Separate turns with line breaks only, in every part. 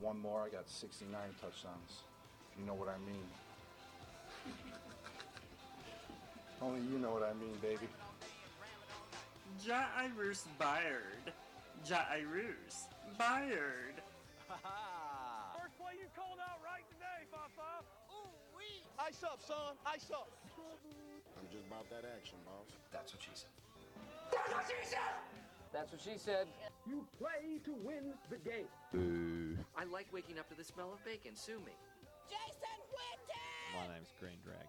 one more, I got 69 touchdowns. If you know what I mean. Only you know what I mean, baby.
Jairus Byard. Jairus Byard.
First play you called out right today, Five Five. Ooh, Ice up, son. Ice up.
I'm just about that action, boss.
That's what she said.
That's what she said.
You play to win the game.
I like waking up to the smell of bacon. Sue me.
Jason Witten!
My name's Green Dragon.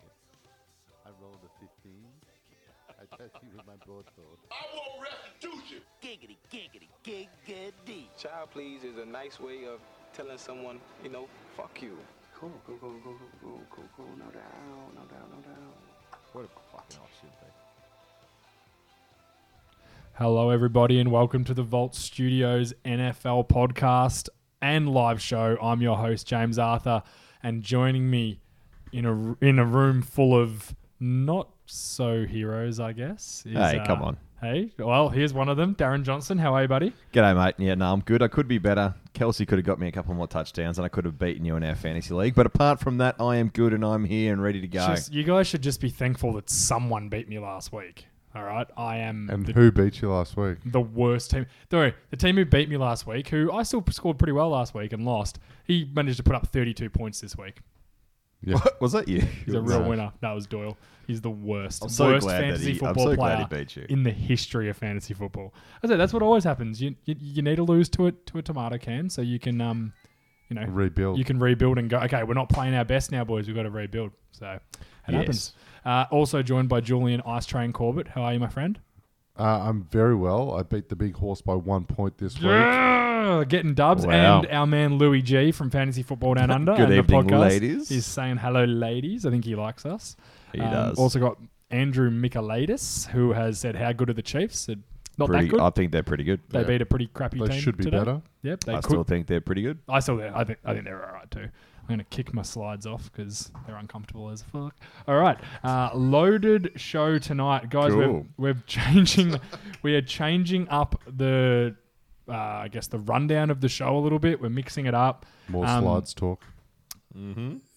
I rolled a 15. I touched you with my broadsword.
Giggity, giggity, giggity.
Child please is a nice way of telling someone, you know, fuck you. Cool, cool, cool, cool, cool, cool, cool, no doubt, no doubt, no doubt.
What a fucking offshoot they.
Hello, everybody, and welcome to the Vault Studios NFL podcast and live show. I'm your host, James Arthur, and joining me in a in a room full of not so heroes, I guess. is, uh,
Hey, come on.
Hey, well, here's one of them, Darren Johnson. How are you, buddy?
G'day, mate. Yeah, no, I'm good. I could be better. Kelsey could have got me a couple more touchdowns, and I could have beaten you in our fantasy league. But apart from that, I am good, and I'm here and ready to go.
Just, you guys should just be thankful that someone beat me last week. All right, I am
And
the,
who beat you last week?
the worst team. Don't worry, the team who beat me last week, who I still scored pretty well last week and lost. He managed to put up 32 points this week.
Yeah.
Was that you?
He's a real winner. That was Doyle. He's the worst,
I'm so
worst
glad that he-
fantasy
I'm
football
so
player
glad he beat you.
in the history of fantasy football. I said that's what always happens. You, you you need to lose to a to a tomato can so you can um you know
Rebuild.
You can rebuild and go. Okay, we're not playing our best now, boys. We've got to rebuild. So it happens. Uh, also joined by Julian Ice Train Corbett. How are you, my friend?
Uh, I'm very well. I beat the big horse by one point this week.
Yeah, getting dubs
Wow.
and our man Louis G from Fantasy Football Down Under.
Good
and
evening,
the podcast.
ladies.
He's saying hello, ladies. I think he likes us.
He does.
Um, Also got Andrew Michaelitis, who has said, "How good are the Chiefs?" Said, Not
pretty,
that good.
I think they're pretty good.
they beat a pretty crappy
They
team.
should be
today.
better.
Yep, they
I
could.
still think they're pretty good.
I still. I think. I think they're all right too. I'm gonna kick my slides off because they're uncomfortable as fuck. All right, uh, loaded show tonight, guys. We're,
Cool.
we're changing. we are changing up the. Uh, I guess the rundown of the show a little bit. We're mixing it up.
More
Um,
slides talk.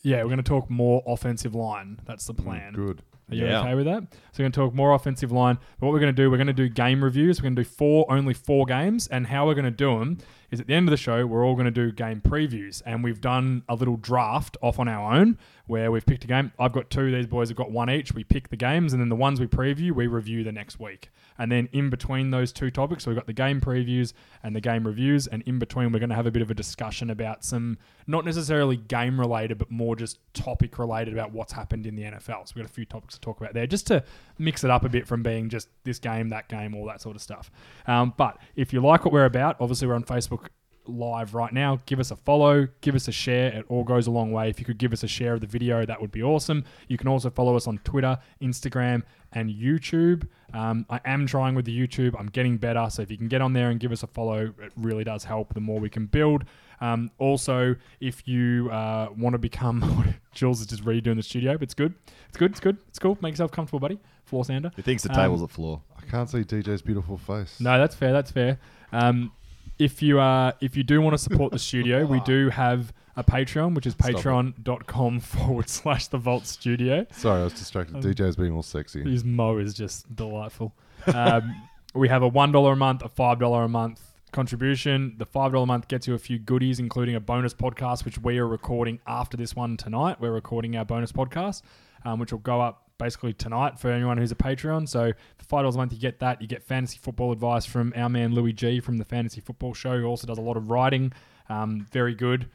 Yeah, we're going to talk more offensive line. That's
Mm,
the plan.
Good.
Are you
Yeah.
okay with that? So we're going to talk more offensive line. But what we're going to do, we're going to do game reviews. We're going to do four, only four games. And how we're going to do them is at the end of the show, we're all going to do game previews. And we've done a little draft off on our own where we've picked a game. I've got two. These boys have got one each. We pick the games. And then the ones we preview, we review the next week. And then in between those two topics, so we've got the game previews and the game reviews. And in between, we're going to have a bit of a discussion about some, not necessarily game related, but more just topic related about what's happened in the NFL. So we've got a few topics to talk about there just to mix it up a bit from being just this game, that game, all that sort of stuff. Um, but if you like what we're about, obviously we're on Facebook live right now. Give us a follow, give us a share. It all goes a long way. If you could give us a share of the video, that would be awesome. You can also follow us on Twitter, Instagram, and YouTube. Um, I am trying with the YouTube. I'm getting better. So if you can get on there and give us a follow, it really does help. The more we can build. Um, also, if you uh, want to become, Jules is just redoing the studio. But it's good. It's good. It's good. It's cool. Make yourself comfortable, buddy. Floor sander.
He thinks the
Um,
table's a floor.
I can't see DJ's beautiful face.
No, that's fair. That's fair. Um, if you uh, if you do want to support the studio, we do have a Patreon, which is patreon.com forward slash the Vault Studio.
Sorry, I was distracted.
Um,
DJ's being all sexy.
His mo is just delightful. Um, we have a one dollar a month, a five dollar a month contribution. The five dollar a month gets you a few goodies, including a bonus podcast, which we are recording after this one tonight. We're recording our bonus podcast, um, which will go up basically tonight for anyone who's a Patreon. So for five dollars a month, you get that. You get fantasy football advice from our man Louis G from the Fantasy Football Show, who also does a lot of writing. Um, very good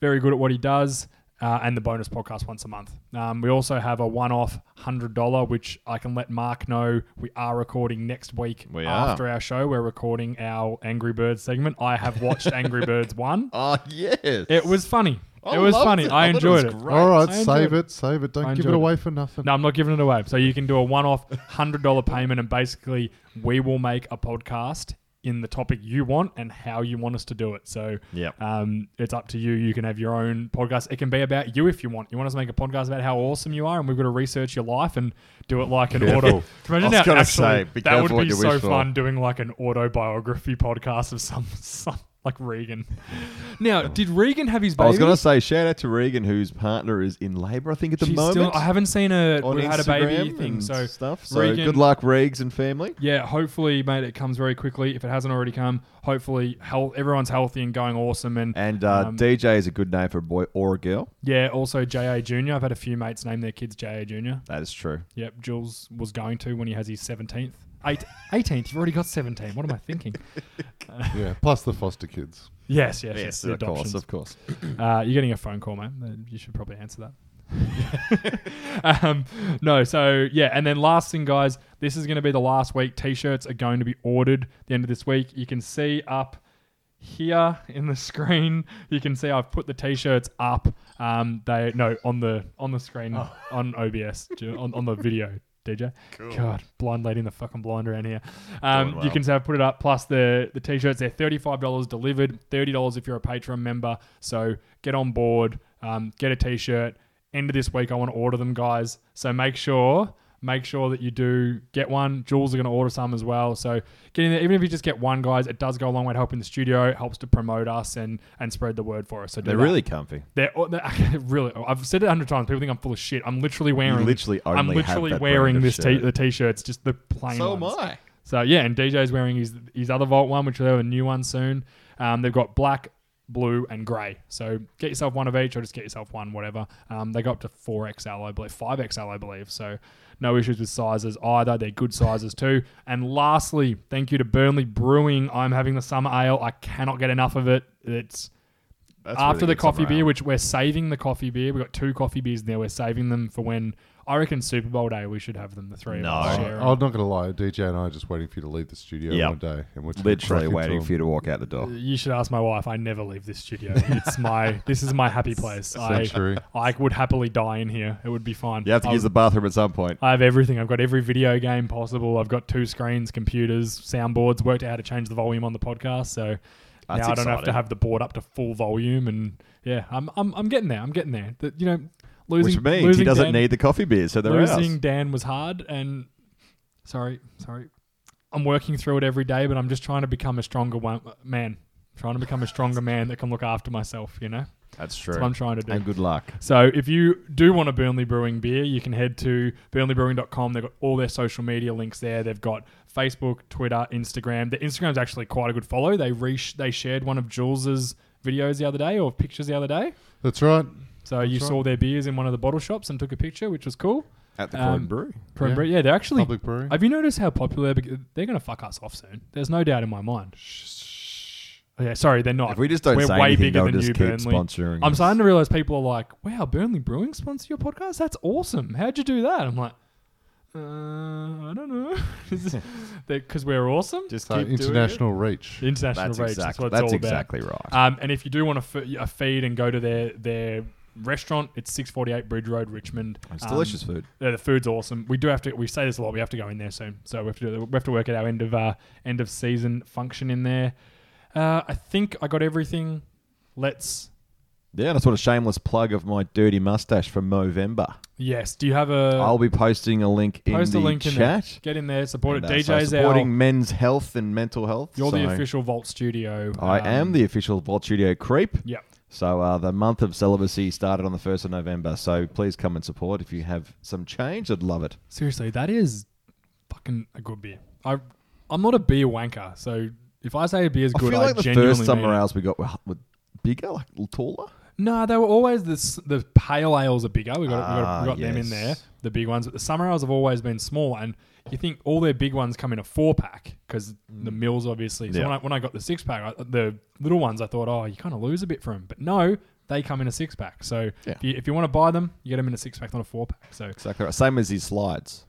very good at what he does, uh, and the bonus podcast once a month. Um, we also have a one-off hundred dollar, which I can let Mark know we are recording next week
We are.
after our show. We're recording our Angry Birds segment. I have watched Angry Birds one.
Oh, yes.
It was funny.
I
it was
loved
funny.
it.
I
I thought it
enjoyed
was
it.
great.
All right,
I enjoyed
save
it.
it. Save it.
I
Don't give
enjoyed
it
it.
away for nothing.
No, I'm not giving it away. So you can do a one-off hundred dollar payment, and basically we will make a podcast in the topic you want and how you want us to do it. So
Yep.
um, it's up to you. You can have your own podcast. It can be about you if you want. You want us to make a podcast about how awesome you are, and we've got to research your life and do it like an
Careful.
auto. Imagine
I was
how
gonna
actually
say, be
that
careful
would
what
be
you
so
wish for.
fun doing like an autobiography podcast of some some. like Regan. Now, did Regan have his baby?
I was going to say, shout out to Regan, whose partner is in labour, I think, at the
She's
moment.
still- I haven't seen a
on
we've had a baby
Instagram
thing.
and
So
stuff. So
Regan-
good luck, Regs and family.
Yeah, hopefully, mate, it comes very quickly. If it hasn't already come, hopefully, health, everyone's healthy and going awesome. And
And uh,
Um,
DJ is a good name for a boy or a girl.
yeah, also JA Junior. I've had a few mates name their kids JA Junior.
That is true.
Yep, Jules was going to when he has his seventeenth, eight, 18th. You've already got seventeen. What am I thinking?
Yeah, plus the foster kids.
Yes, yes, yes. the
of course,
adoptions.
of course.
Uh, you're getting a phone call, man. Uh, You should probably answer that. um, no, so yeah, and then last thing, guys, this is going to be the last week. T-shirts are going to be ordered at the end of this week. You can see up here in the screen. You can see I've put the T-shirts up. Um, they no on the on the screen on OBS ju- on, on the video. DJ, God, blind lady in the fucking blind around here. Um,
Doing
You
well.
can so I've put it up. Plus the the t-shirts, they're thirty five dollars delivered, thirty dollars if you're a Patreon member. So get on board, um, get a t-shirt. End of this week, I want to order them, guys. So make sure make sure that you do get one. Jules are going to order some as well. So get in there, even if you just get one, guys, it does go a long way to helping the studio. It helps to promote us and and spread the word for us. So do
They're
that.
really comfy.
They're, they're really. I've said it a hundred times. People think I'm full of shit. I'm literally wearing.
literally only
I'm
have
literally
that brand
wearing
of
this t-
shirt.
the t-shirts, just the plain.
So am
ones.
I.
So yeah, and DJ's wearing his his other Vault one, which they'll have a new one soon. Um, they've got black, blue, and grey. So get yourself one of each, or just get yourself one, whatever. Um, they go up to four XL, I believe, five XL, I believe. So no issues with sizes either. They're good sizes too. And lastly, thank you to Burnley Brewing. I'm having the summer ale. I cannot get enough of it. It's
That's
after
really
the
good
coffee
somehow.
beer, which we're saving the coffee beer. We've got two coffee beers in there. We're saving them for when I reckon Super Bowl day. We should have them, the three
No.
of us.
I,
sharing.
I'm not going to lie, DJ and I are just waiting for you to leave the studio
Yep.
one day. and we're just gonna crack
literally
into
waiting
them.
for you to walk out the door.
You should ask my wife. I never leave this studio. It's my this is my happy place. I
true?
I would happily die in here. It would be fine.
You have to
I,
use the bathroom at some point.
I have everything. I've got every video game possible. I've got two screens, computers, soundboards. Worked out how to change the volume on the podcast, so
That's
now I don't have to
exciting.
have the board up to full volume. And yeah, I'm I'm, I'm getting there. I'm getting there. The, you know, losing
Which means
losing
he doesn't
Dan,
need the coffee beer, so they're
losing
ours.
Dan was hard, and sorry, sorry. I'm working through it every day, but I'm just trying to become a stronger one, man. Trying to become a stronger man that can look after myself. You know,
That's true.
that's what I'm trying to do.
And good luck.
So if you do want a Burnley Brewing beer, you can head to burnleybrewing.com. They've got all their social media links there. They've got Facebook, Twitter, Instagram. Their Instagram's actually quite a good follow. They re- they shared one of Jules's videos the other day or pictures the other day.
That's right.
So you
right.
saw their beers in one of the bottle shops and took a picture, which was cool.
At the Croydon
Um,
Brewery.
Crown
Yeah.
Brewery- yeah, they're actually.
Public brewery.
Have you noticed how popular they're, bec- they're going to fuck us off soon? There's no doubt in my mind. Yeah, sorry, they're not.
If we just don't
We're
say
way
anything,
bigger
they'll
than
just
you,
keep
Burnley.
sponsoring
I'm
us.
starting to realize people are like, "Wow, Burnley Brewing sponsor your podcast? That's awesome! How'd you do that?" I'm like, uh, I don't know, because we're awesome.
Just
Uh, international reach.
International
That's
reach. That's
exactly,
what it's
that's
all about.
exactly right.
Um, and if you do want a, f- a feed and go to their their restaurant, it's 648 Bridge Road, Richmond.
It's
Um,
delicious food.
yeah, the food's awesome. We do have to. We say this a lot. We have to go in there soon. So we have to. Do, we have to work at our end of uh, end of season function in there. Uh, I think I got everything. Let's.
Yeah, and I sort of shameless plug of my dirty mustache for Movember.
Yes. Do you have a?
I'll be posting a link in
Uh, post
the
a link in there.
chat.
Get in there. Support it.
And, uh, so
DJ's
supporting
out.
men's health and mental health.
You're the
so
official Vault Studio.
I
um,
am the official Vault Studio creep.
Yep.
So uh, the month of celibacy started on the first of November. So please come and support if you have some change. I'd love it.
Seriously, that is fucking a good beer. I I'm not a beer wanker, so if I say a beer's good,
I feel like the
genuinely
first summer
mean it.
ales we got were, were bigger, like l- taller.
No, they were always the s- the pale ales are bigger. We got we got,
Ah,
we got them in there,
yes.
the big ones. But the summer ales have always been small, and you think all their big ones come in a four pack because the mills obviously. So
Mm. Yeah.
when I when I got the six pack, I, the little ones, I thought, oh, you kind of lose a bit for them. But no, they come in a six pack. So
Yeah.
if you, if you want to buy them, you get them in a six pack, not a four pack. So
Exactly right. Same as his slides.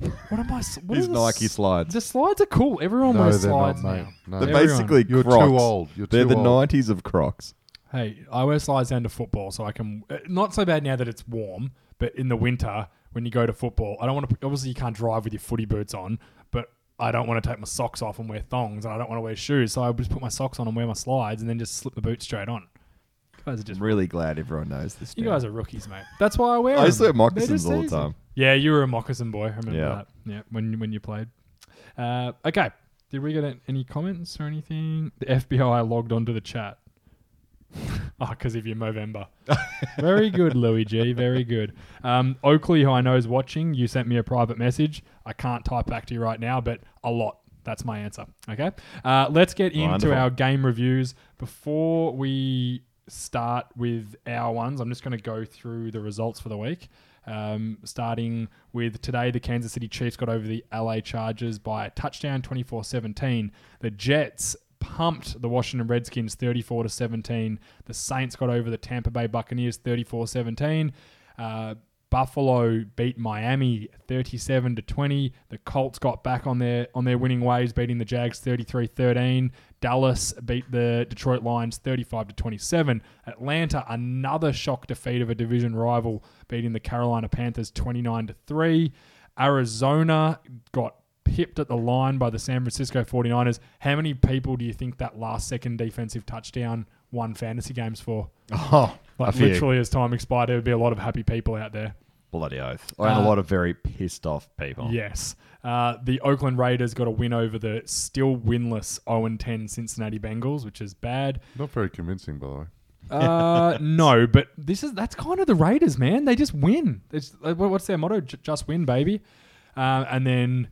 what am I? s- What
His
are the s-
Nike slides.
The slides are cool. Everyone
No,
wears
they're not,
slides
mate. No. They're
now.
They're
Everyone.
basically
You're too
Crocs.
old. You're
They're
too
the
old.
90s of Crocs.
Hey, I wear slides down to football, so I can. uh, Not so bad now that it's warm, but in the winter when you go to football, I don't want to. Obviously, you can't drive with your footy boots on, but I don't want to take my socks off and wear thongs, and I don't want to wear shoes, so I just put my socks on and wear my slides, and then just slip the boots straight on. You guys are just.
I'm really glad everyone knows this.
You
now.
guys are rookies, mate. That's why I wear.
I used to
them.
wear moccasins
They're just
all the
easy.
time.
Yeah, you were a moccasin boy. I remember
Yeah.
that. Yeah, when when you played. Uh, okay, Did we get an- any comments or anything? The FBI logged onto the chat. Ah, because of your Movember. very good, Louis G. Very good. Um, Oakley, who I know is watching, you sent me a private message. I can't type back to you right now, but a lot. That's my answer. Okay. Uh, let's get into
Wonderful.
our game reviews. Before we start with our ones, I'm just going to go through the results for the week. Um, starting with today, the Kansas City Chiefs got over the LA Chargers by a touchdown 24 17. The Jets pumped the Washington Redskins 34 to 17. The Saints got over the Tampa Bay Buccaneers 34 17. Uh, Buffalo beat Miami 37 to 20. The Colts got back on their on their winning ways beating the Jags 33-13. Dallas beat the Detroit Lions 35 to 27. Atlanta another shock defeat of a division rival beating the Carolina Panthers 29 to 3. Arizona got pipped at the line by the San Francisco 49ers. How many people do you think that last second defensive touchdown won fantasy games for?
Oh,
Like
a few.
literally as time expired, there would be a lot of happy people out there.
Bloody oath.
Uh,
And a lot of very pissed off people.
Yes. Uh, the Oakland Raiders got a win over the still winless 0 10 Cincinnati Bengals, which is bad.
Not very convincing, by the way.
Uh, no, but this is that's kind of the Raiders, man. They just win. It's like, what- what's their motto? J- just win, baby. Uh, and then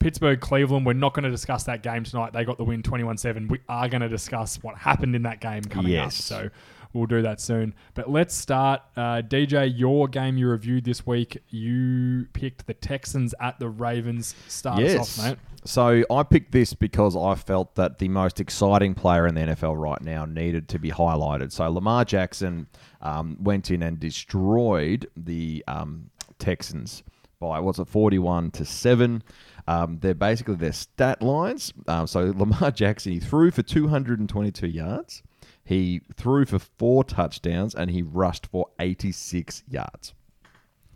Pittsburgh, Cleveland. We're not going to discuss that game tonight. They got the win, twenty-one-seven. We are going to discuss what happened in that game coming up.
Yes.
So we'll do that soon. But let's start. Uh, DJ, your game you reviewed this week. You picked the Texans at the Ravens. Start us
Yes.
off, mate.
So I picked this because I felt that the most exciting player in the NFL right now needed to be highlighted. So Lamar Jackson um, went in and destroyed the um, Texans by what's it, forty-one to seven. Um, they're basically their stat lines. Um, so Lamar Jackson he threw for two hundred and twenty-two yards. He threw for four touchdowns and he rushed for 86 yards.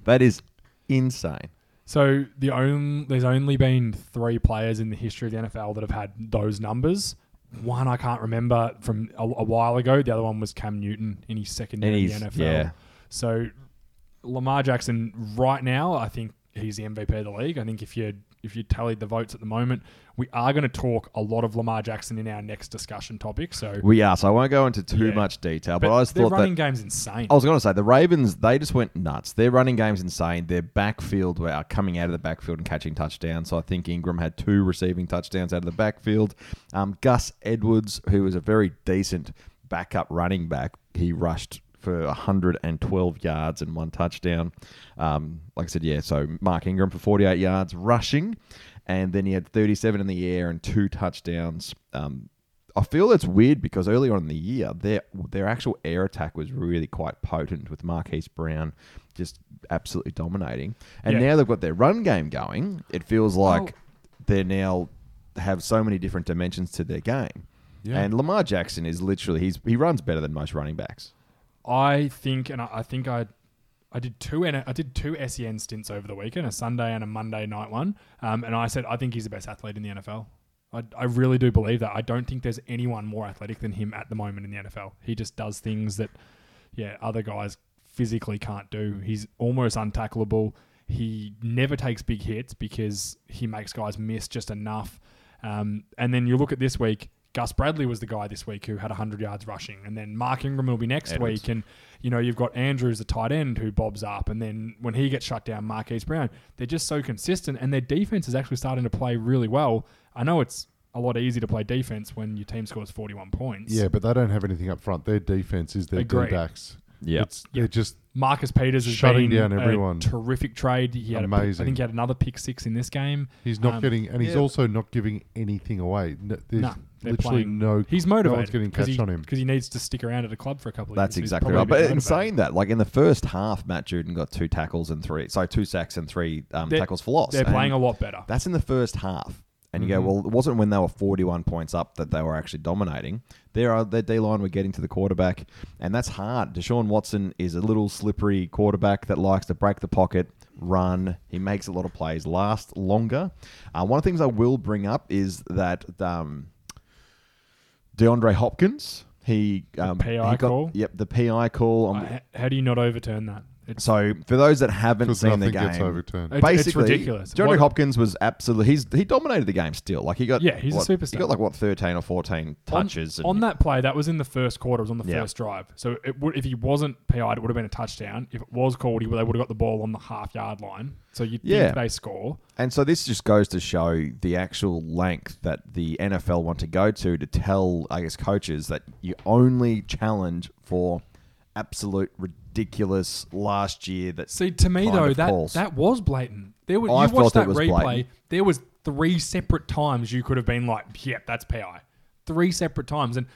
That is insane.
So the only there's only been three players in the history of the NFL that have had those numbers. One I can't remember from a, a while ago. The other one was Cam Newton in his second
And
year in the
he's-
NFL.
yeah.
So Lamar Jackson right now, I think he's the MVP of the league. I think if you if you tallied the votes at the moment, we are going to talk a lot of Lamar Jackson in our next discussion topic. So,
We are, so I won't go into too
Yeah.
much detail, but,
but
I just
their
thought
running
that.
game's insane.
I was going to say the Ravens, they just went nuts. Their running game's insane. Their backfield were are coming out of the backfield and catching touchdowns. So I think Ingram had two receiving touchdowns out of the backfield. Um, Gus Edwards, who is a very decent backup running back, he rushed for 112 yards and one touchdown. Um, like I said, yeah, so Mark Ingram for 48 yards rushing. And then he had 37 in the air and two touchdowns. Um, I feel that's weird because earlier on in the year, their their actual air attack was really quite potent with Marquise Brown just absolutely dominating. And
Yeah.
now they've got their run game going. It feels like they're now have so many different dimensions to their game. And Lamar Jackson is literally he's he runs better than most running backs.
I think, and I, I think I, I did two and I did two SEN stints over the weekend, a Sunday and a Monday night one. Um, and I said I think he's the best athlete in the NFL. I, I really do believe that. I don't think there's anyone more athletic than him at the moment in the NFL. He just does things that, yeah, other guys physically can't do. He's almost untackleable. He never takes big hits because he makes guys miss just enough. Um, and then you look at this week. Gus Bradley was the guy this week who had 100 yards rushing, and then Mark Ingram will be next week, and you know you've got Andrews, the tight end, who bobs up, and then when he gets shut down, Marquise Brown. They're just so consistent, and their defense is actually starting to play really well. I know it's a lot easier to play defense when your team scores 41 points.
Yeah, but they don't have anything up front. Their defense is their
Agreed.
D backs.
Yeah.
It's, they're just
Marcus Peters has
Shutting
been
down
a
everyone.
terrific trade. He had a pick- I
Amazing.
think he had another pick six in this game.
He's not
Um,
getting, and he's
yeah.
also not giving anything away. No, there's
No, they're
literally
playing.
no.
He's
No one's
motivated.
getting
because
catch
he,
on him.
because he needs to stick around at a club for a couple of
That's
years. He's
exactly
probably
right.
a bit
But in
motivated.
saying that, like in the first half, Matt Juden got two tackles and three, so two sacks and three um,
They're-
tackles for loss.
they're
And
playing a lot better.
That's in the first half. And you go, well, it wasn't when they were 41 points up that they were actually dominating. There are their D line were getting to the quarterback, and that's hard. Deshaun Watson is a little slippery quarterback that likes to break the pocket, run. He makes a lot of plays last longer. Uh, one of the things I will bring up is that um, DeAndre Hopkins, he um,
PI
he got-
call?
Yep, the PI call.
Uh,
on
h- how do you not overturn that?
So for those that haven't
'Cause
seen the game,
nothing gets overturned.
It's- it's
basically,
ridiculous.
Johnny
What-
Hopkins was absolutely he's he dominated the game still. Like he got
Yeah, he's a
what-
superstar.
He got like what thirteen or fourteen
On-
touches
on,
and-
that play. That was in the first quarter. It was on the
Yeah.
first drive. So it would, if he wasn't PI'd, it would have been a touchdown. If it was called, he would, they would have got the ball on the half yard line. So you'd
Yeah.
think they score.
And so this just goes to show the actual length that the NFL want to go to to tell, I guess, coaches that you only challenge for absolute ridiculous last year. That
See, to me
kind
though,
of
that
calls.
that was blatant. There was
I
you watched
felt it
that
was
replay.
blatant.
There was three separate times you could have been like, "Yep, that's PI." Three separate times, and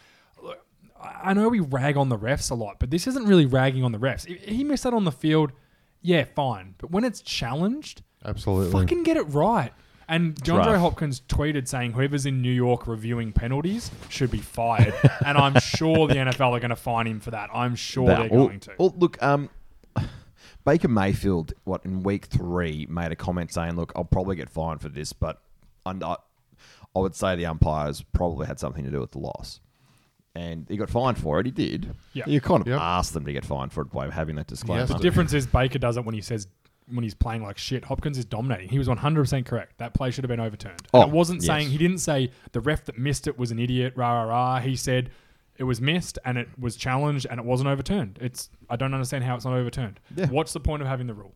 look, I I know we rag on the refs a lot, but this isn't really ragging on the refs. If he missed that on the field, yeah, fine. But when it's challenged,
Absolutely.
fucking get it right. And DeAndre
rough.
Hopkins tweeted saying, "Whoever's in New York reviewing penalties should be fired," and I'm sure the NFL are going to fine him for that. I'm sure
That-
they're
well-
going to.
Well, look, um, Baker Mayfield, what in week three made a comment saying, "Look, I'll probably get fined for this, but I'm not- I would say the umpires probably had something to do with the loss." And he got fined for it. He did.
Yeah.
You kind of
Yep.
asked them to get fined for it by having that disclaimer.
Yes,
The difference is Baker does it when he says when he's playing like shit. Hopkins is dominating. He was 100% correct. That play should have been overturned.
Oh,
it wasn't
yes.
saying he didn't say the ref that missed it was an idiot. Rah rah rah. He said it was missed and it was challenged and it wasn't overturned. It's I don't understand how it's not overturned.
Yeah.
What's the point of having the rule?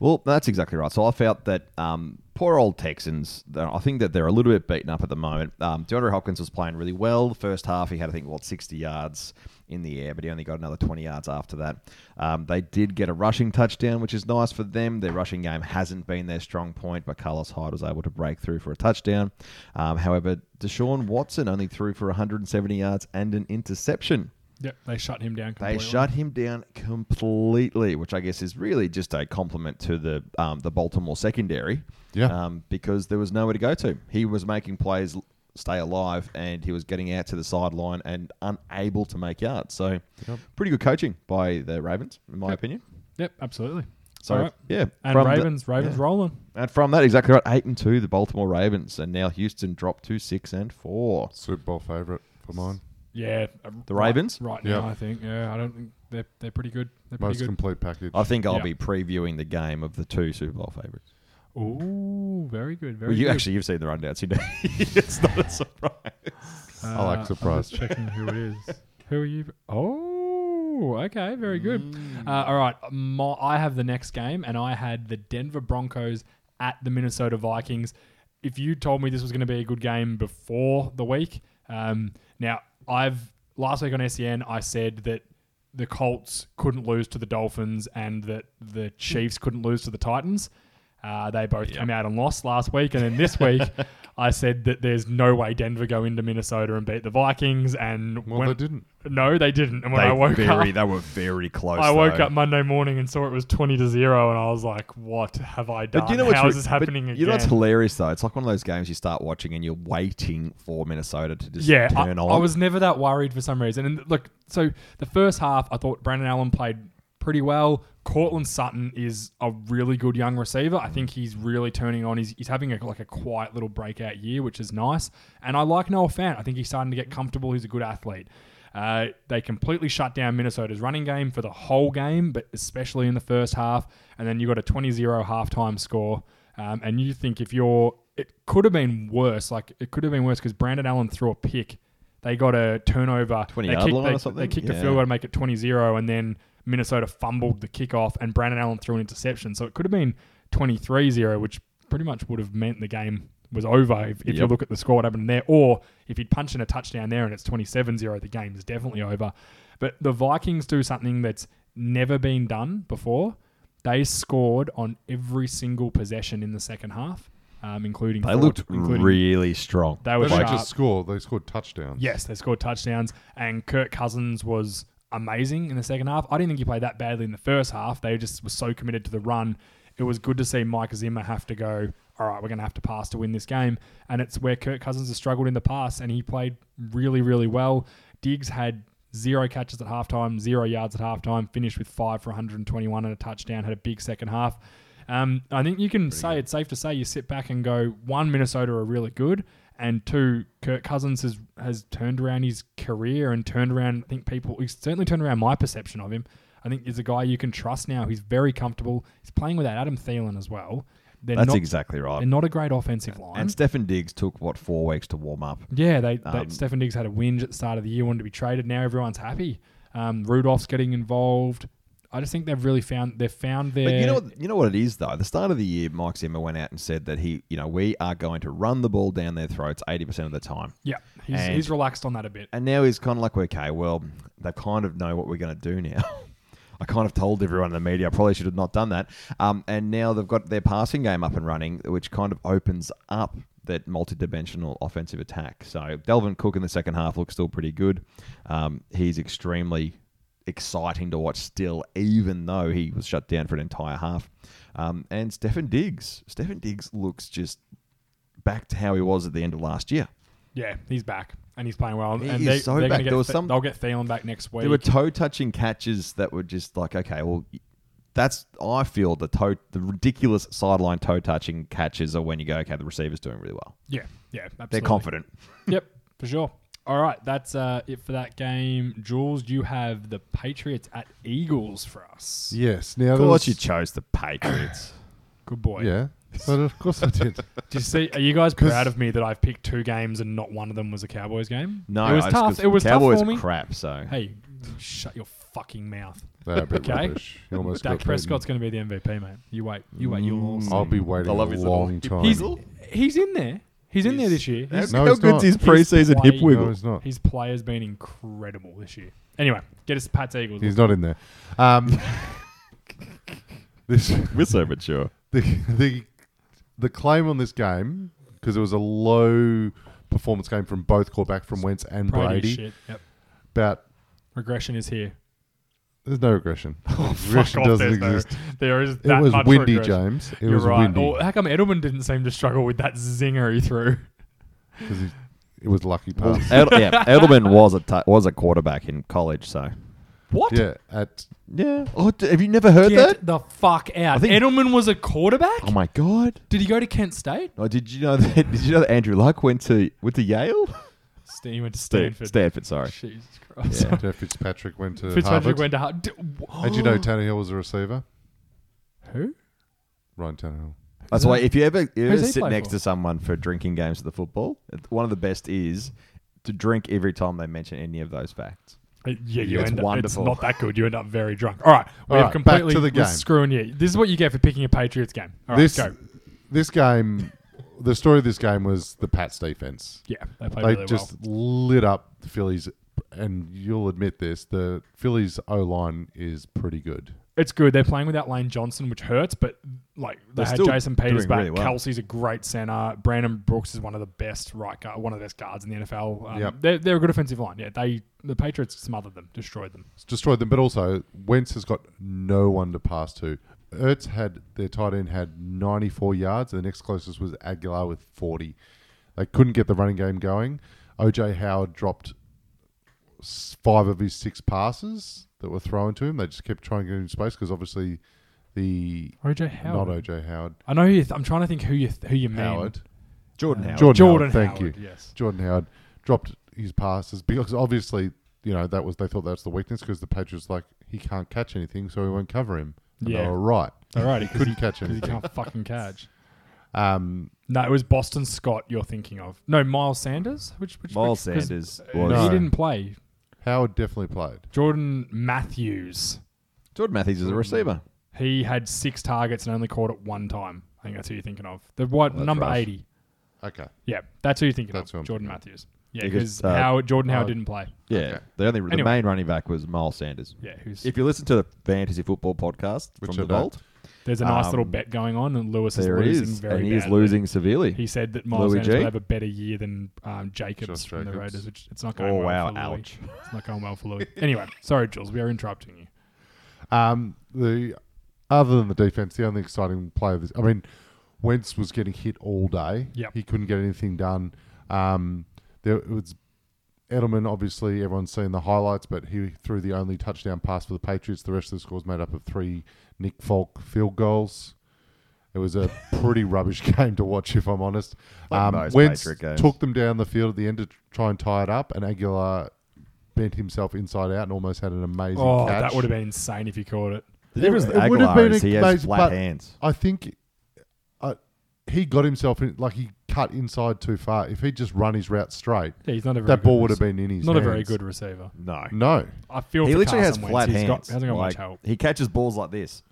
Well, that's exactly right. So I felt that um, poor old Texans, they're- I think that they're a little bit beaten up at the moment. Um, DeAndre Hopkins was playing really well. The first half, he had, I think, what, 60 yards in the air, but he only got another 20 yards after that. Um, they did get a rushing touchdown, which is nice for them. Their rushing game hasn't been their strong point, but Carlos Hyde was able to break through for a touchdown. Um, however, Deshaun Watson only threw for 170 yards and an interception.
Yep, they shut him down.
They
Completely.
shut him down completely, which I guess is really just a compliment to the um, the Baltimore secondary.
Yeah.
Um, because there was nowhere to go to. He was making plays l- stay alive, and he was getting out to the sideline and unable to make yards. So, pretty good coaching by the Ravens, in my opinion.
Yep, absolutely.
So
All right.
yeah,
and
from the-
Ravens, Ravens
yeah.
rolling.
and from that exactly right, eight and two, the Baltimore Ravens, and now Houston dropped to six and four.
Super Bowl favorite for mine.
Yeah, Uh,
The Ravens?
right,
Yeah.
now. I think. Yeah, I don't think they're they're pretty good. They're pretty
Most
good.
complete package.
I think I'll
Yeah.
be previewing the game of the two Super Bowl favorites.
Ooh, very good. Very
Well, you
good.
actually you've seen the rundowns. You know, it's not a surprise.
I like
Uh,
surprise.
I'm just checking who it is. who are you? Oh, okay, very good. Uh, all right, my, I have the next game, and I had the Denver Broncos at the Minnesota Vikings. If you told me this was going to be a good game before the week, um, now I've last week on SEN I said that the Colts couldn't lose to the Dolphins and that the Chiefs couldn't lose to the Titans. Uh, they both came out and lost last week, and then this week I said that there's no way Denver go into Minnesota and beat the Vikings. And
Well,
when,
they didn't.
No, they didn't. And when I woke up,
they were very close.
I woke
though.
up Monday morning and saw it was twenty to zero, and I was like, "What have I done?
do you know what's
How is
re-
this
but
happening again?"
You know what's hilarious though? It's like one of those games you start watching and you're waiting for Minnesota to just
yeah, I,
turn on.
I was never that worried for some reason. And look, so the first half, I thought Brandon Allen played pretty well. Cortland Sutton is a really good young receiver. I think he's really turning on. He's, he's having a, like a quiet little breakout year, which is nice. And I like Noah Fant. I think he's starting to get comfortable. He's a good athlete. Uh, they completely shut down Minnesota's running game for the whole game, but especially in the first half. And then you got a 20 0 halftime score. Um, and you think if you're, it could have been worse. Like, it could have been worse because Brandon Allen threw a pick. They got a turnover.
20
they
yard
kicked,
line
they,
or something?
They kicked a
Yeah.
field goal to make it 20 0, and then Minnesota fumbled the kickoff, and Brandon Allen threw an interception. So it could have been 23 0, which pretty much would have meant the game was over if, if you
Yep.
look at the score, what happened there. Or if he'd punch in a touchdown there and it's 27 0, the game's definitely over. But the Vikings do something that's never been done before. They scored on every single possession in the second half, um, including
they
four-
looked
including-
really strong.
They
They
were
didn't
sharp.
just score. They scored touchdowns.
Yes, they scored touchdowns, and Kirk Cousins was amazing in the second half. I didn't think he played that badly in the first half. They just were so committed to the run. It was good to see Mike Zimmer have to go. All right, we're going to have to pass to win this game, and it's where Kirk Cousins has struggled in the past, and he played really, really well. Diggs had zero catches at halftime, zero yards at halftime, finished with five for 121 and a touchdown. Had a big second half. Um, I think you can say it's safe to say you sit back and go one Minnesota are really good, and two Kirk Cousins has has turned around his career and turned around. I think people he's certainly turned around my perception of him. I think is a guy you can trust now. He's very comfortable. He's playing without Adam Thielen as well. They're
That's
not-
exactly right.
They're not a great offensive line.
And Stefan Diggs took what four weeks to warm up.
Yeah, they, they
Um,
Stefan Diggs had a whinge at the start of the year, wanted to be traded. Now everyone's happy. Um, Rudolph's getting involved. I just think they've really found they've found their.
But you know, what- you know what it is though. The start of the year, Mike Zimmer went out and said that he, you know, we are going to run the ball down their throats eighty percent of the time.
yeah, he's,
And-
he's relaxed on that a bit.
And now he's kind of like, okay, well, they kind of know what we're going to do now. I kind of told everyone in the media I probably should have not done that. Um, and now they've got their passing game up and running, which kind of opens up that multi-dimensional offensive attack. So Delvin Cook in the second half looks still pretty good. Um, he's extremely exciting to watch still, even though he was shut down for an entire half. Um, and Stephen Diggs, Stephen Diggs looks just back to how he was at the end of last year.
Yeah, he's back and he's playing well.
He
and
is
they,
so
they're
back.
Gonna get,
There was
Th-
some-
They'll get Thielen back next week.
There were toe touching catches that were just like, okay, well, that's I feel the toe, the ridiculous sideline toe touching catches are when you go, okay, the receiver's doing really well.
yeah, yeah, absolutely.
They're confident.
Yep, for sure. All right, that's uh, it for that game. Jules, you have the Patriots at Eagles for us.
Yes. Now
Of
there
course,
was,
you chose the Patriots.
Good boy.
Yeah. But of course I did.
Do you see? Are you guys proud of me that I've picked two games and not one of them was a Cowboys game?
No,
it was
it's 'cause
tough. It was
Cowboys
tough for me.
crap. So
Hey, shut your fucking mouth.
They're a bit
Okay.
rubbish. You almost
Dak
got
Prescott's going to be the MVP, mate. You wait.
Mm.
You wait. You'll all
beaten.
see.
Mm, I'll be waiting
I love
a
his
long
little-
time.
He's he's in there. He's in there this year.
How-
He's-
No,
how
it's
good's
not.
his
He's
preseason hip
played-
wiggle?
wiggle?
No, he's not.
His play has been incredible this year. Anyway, get us to Pat's Eagles.
He's not in there. Um, this
We're so mature.
the the the claim on this game because it was a low performance game from both quarterback from Wentz and
Brady.
Brady.
Shit. Yep.
About
Regression is here.
there's no regression.
Oh, Fuck
regression
off.
doesn't
There's no,
exist.
there is
It
that
was
much
windy,
regression.
James. It
You're
was
right. Oh.
windy
Well, how come Edelman didn't seem to struggle with that zinger he threw?
because it was lucky
Well,
pass.
Ed, yeah, Edelman was a t- was a quarterback in college. So
What?
yeah, at
yeah. Oh, d- have you never heard that?
Get the fuck out.
think-
Edelman was a quarterback?
Oh my god.
Did he go to Kent State?
Oh, did you know that? Did you know that Andrew Luck went to went to Yale?
Stan- He went to
Stanford.
Stanford.
Stanford. Sorry.
Jesus Christ.
Yeah.
Jeff Fitzpatrick went to
Fitzpatrick
Harvard.
went Oh. to Harvard. D-
and you know Tannehill was a receiver.
Who?
Ryan Tannehill.
That's why if you ever, you
Who's
ever
he
sit
play
next
for?
to someone for drinking games at the football, one of the best is to drink every time they mention any of those facts.
Uh, Yeah, you
It's
end up.
wonderful.
It's not that good. You end up very drunk. All right,
All
we have
right, back
completely
to the
we're
game.
screwing you. This is what you get for picking a Patriots game. All right,
this
go.
this game, the story of this game was the Pats defense.
Yeah, they played
they
really
just
well.
lit up the Phillies, and you'll admit this: the Phillies O line is pretty good.
It's good. They're playing without Lane Johnson, which hurts, but like they
They're
had
still
Jason Peters
doing
back.
really well.
Kelsey's a great center. Brandon Brooks is one of the best right guard, one of the best guards in the NFL. Um,
Yep.
they're, they're a good offensive line. Yeah, they the Patriots smothered them, destroyed them.
It's destroyed them, but also Wentz has got no one to pass to. Ertz had their tight end had 94 yards. The next closest was Aguilar with 40. They couldn't get the running game going. OJ Howard dropped s- five of his six passes that were thrown to him. They just kept trying to get him space because obviously the
OJ
not
Howard.
OJ Howard
I know. Who you th- I'm trying to think who you th- who you mean.
Howard
Jordan Howard.
Jordan,
Jordan
Howard, thank
Howard,
you.
yes.
Jordan Howard dropped his passes because obviously, you know, that was they thought that's the weakness because the Patriots like he can't catch anything, so we won't cover him. And
Yeah.
they were right.
All right,
he
because
couldn't catch
Because he
anything.
can't fucking catch.
Um,
No, it was Boston Scott you're thinking of. No, Miles Sanders. Which which
Miles
which- 'cause
Sanders
he
was.
No.
didn't play.
Howard definitely played.
Jordan Matthews.
Jordan Matthews is a receiver.
He had six targets and only caught it one time. I think that's who you're thinking of. The what
Oh, that's
number
rough.
eighty?
Okay,
Yeah, that's who you're thinking
That's who
of.
I'm
Jordan
thinking of.
Matthews. Yeah,
Because,
because
uh,
Howard Jordan Howard
uh,
didn't play.
Yeah.
Okay.
The only the
Anyway.
main running back was Miles Sanders.
Yeah, who's,
If you listen to the fantasy football podcast
Which
from
I
the
don't.
vault,
there's a nice little
um,
bet going on, and Lewis is
there it
losing
is,
very
and he is
badly.
losing severely.
He said that Miles
Louis
Sanders
G?
will have a better year than um, Jacobs
Josh
from the
Jacobs.
Raiders, which it's not going
oh
well.
wow!
for Louis.
Ouch.
It's not going well for Louis. anyway, sorry, Jules, we are interrupting you.
Um, the other than the defense, the only exciting player. This, I mean, Wentz was getting hit all day.
Yep.
he couldn't get anything done. Um, there it was Edelman. Obviously, everyone's seen the highlights, but he threw the only touchdown pass for the Patriots. The rest of the score was made up of three Nick Falk field goals. It was a pretty rubbish game to watch, if I'm honest. Um,
Like most
Wentz
Patriot games.
took them down the field at the end to try and tie it up, and Aguilar bent himself inside out and almost had an amazing
Oh,
catch.
that would have been insane if you caught it.
The difference with
would have
Aguilar
been
is
a
he has
glaze,
flat
but
hands.
I think uh, he got himself in, like he cut inside too far. If he'd just run his route straight,
Yeah, he's not a very
that
good
ball would have
receiver.
been in his
Not a very
hands.
good receiver.
No.
No.
I feel
he
for
literally has
Carson Wentz.
flat
He's
hands.
got- hasn't got
Like,
much help.
He catches balls like this.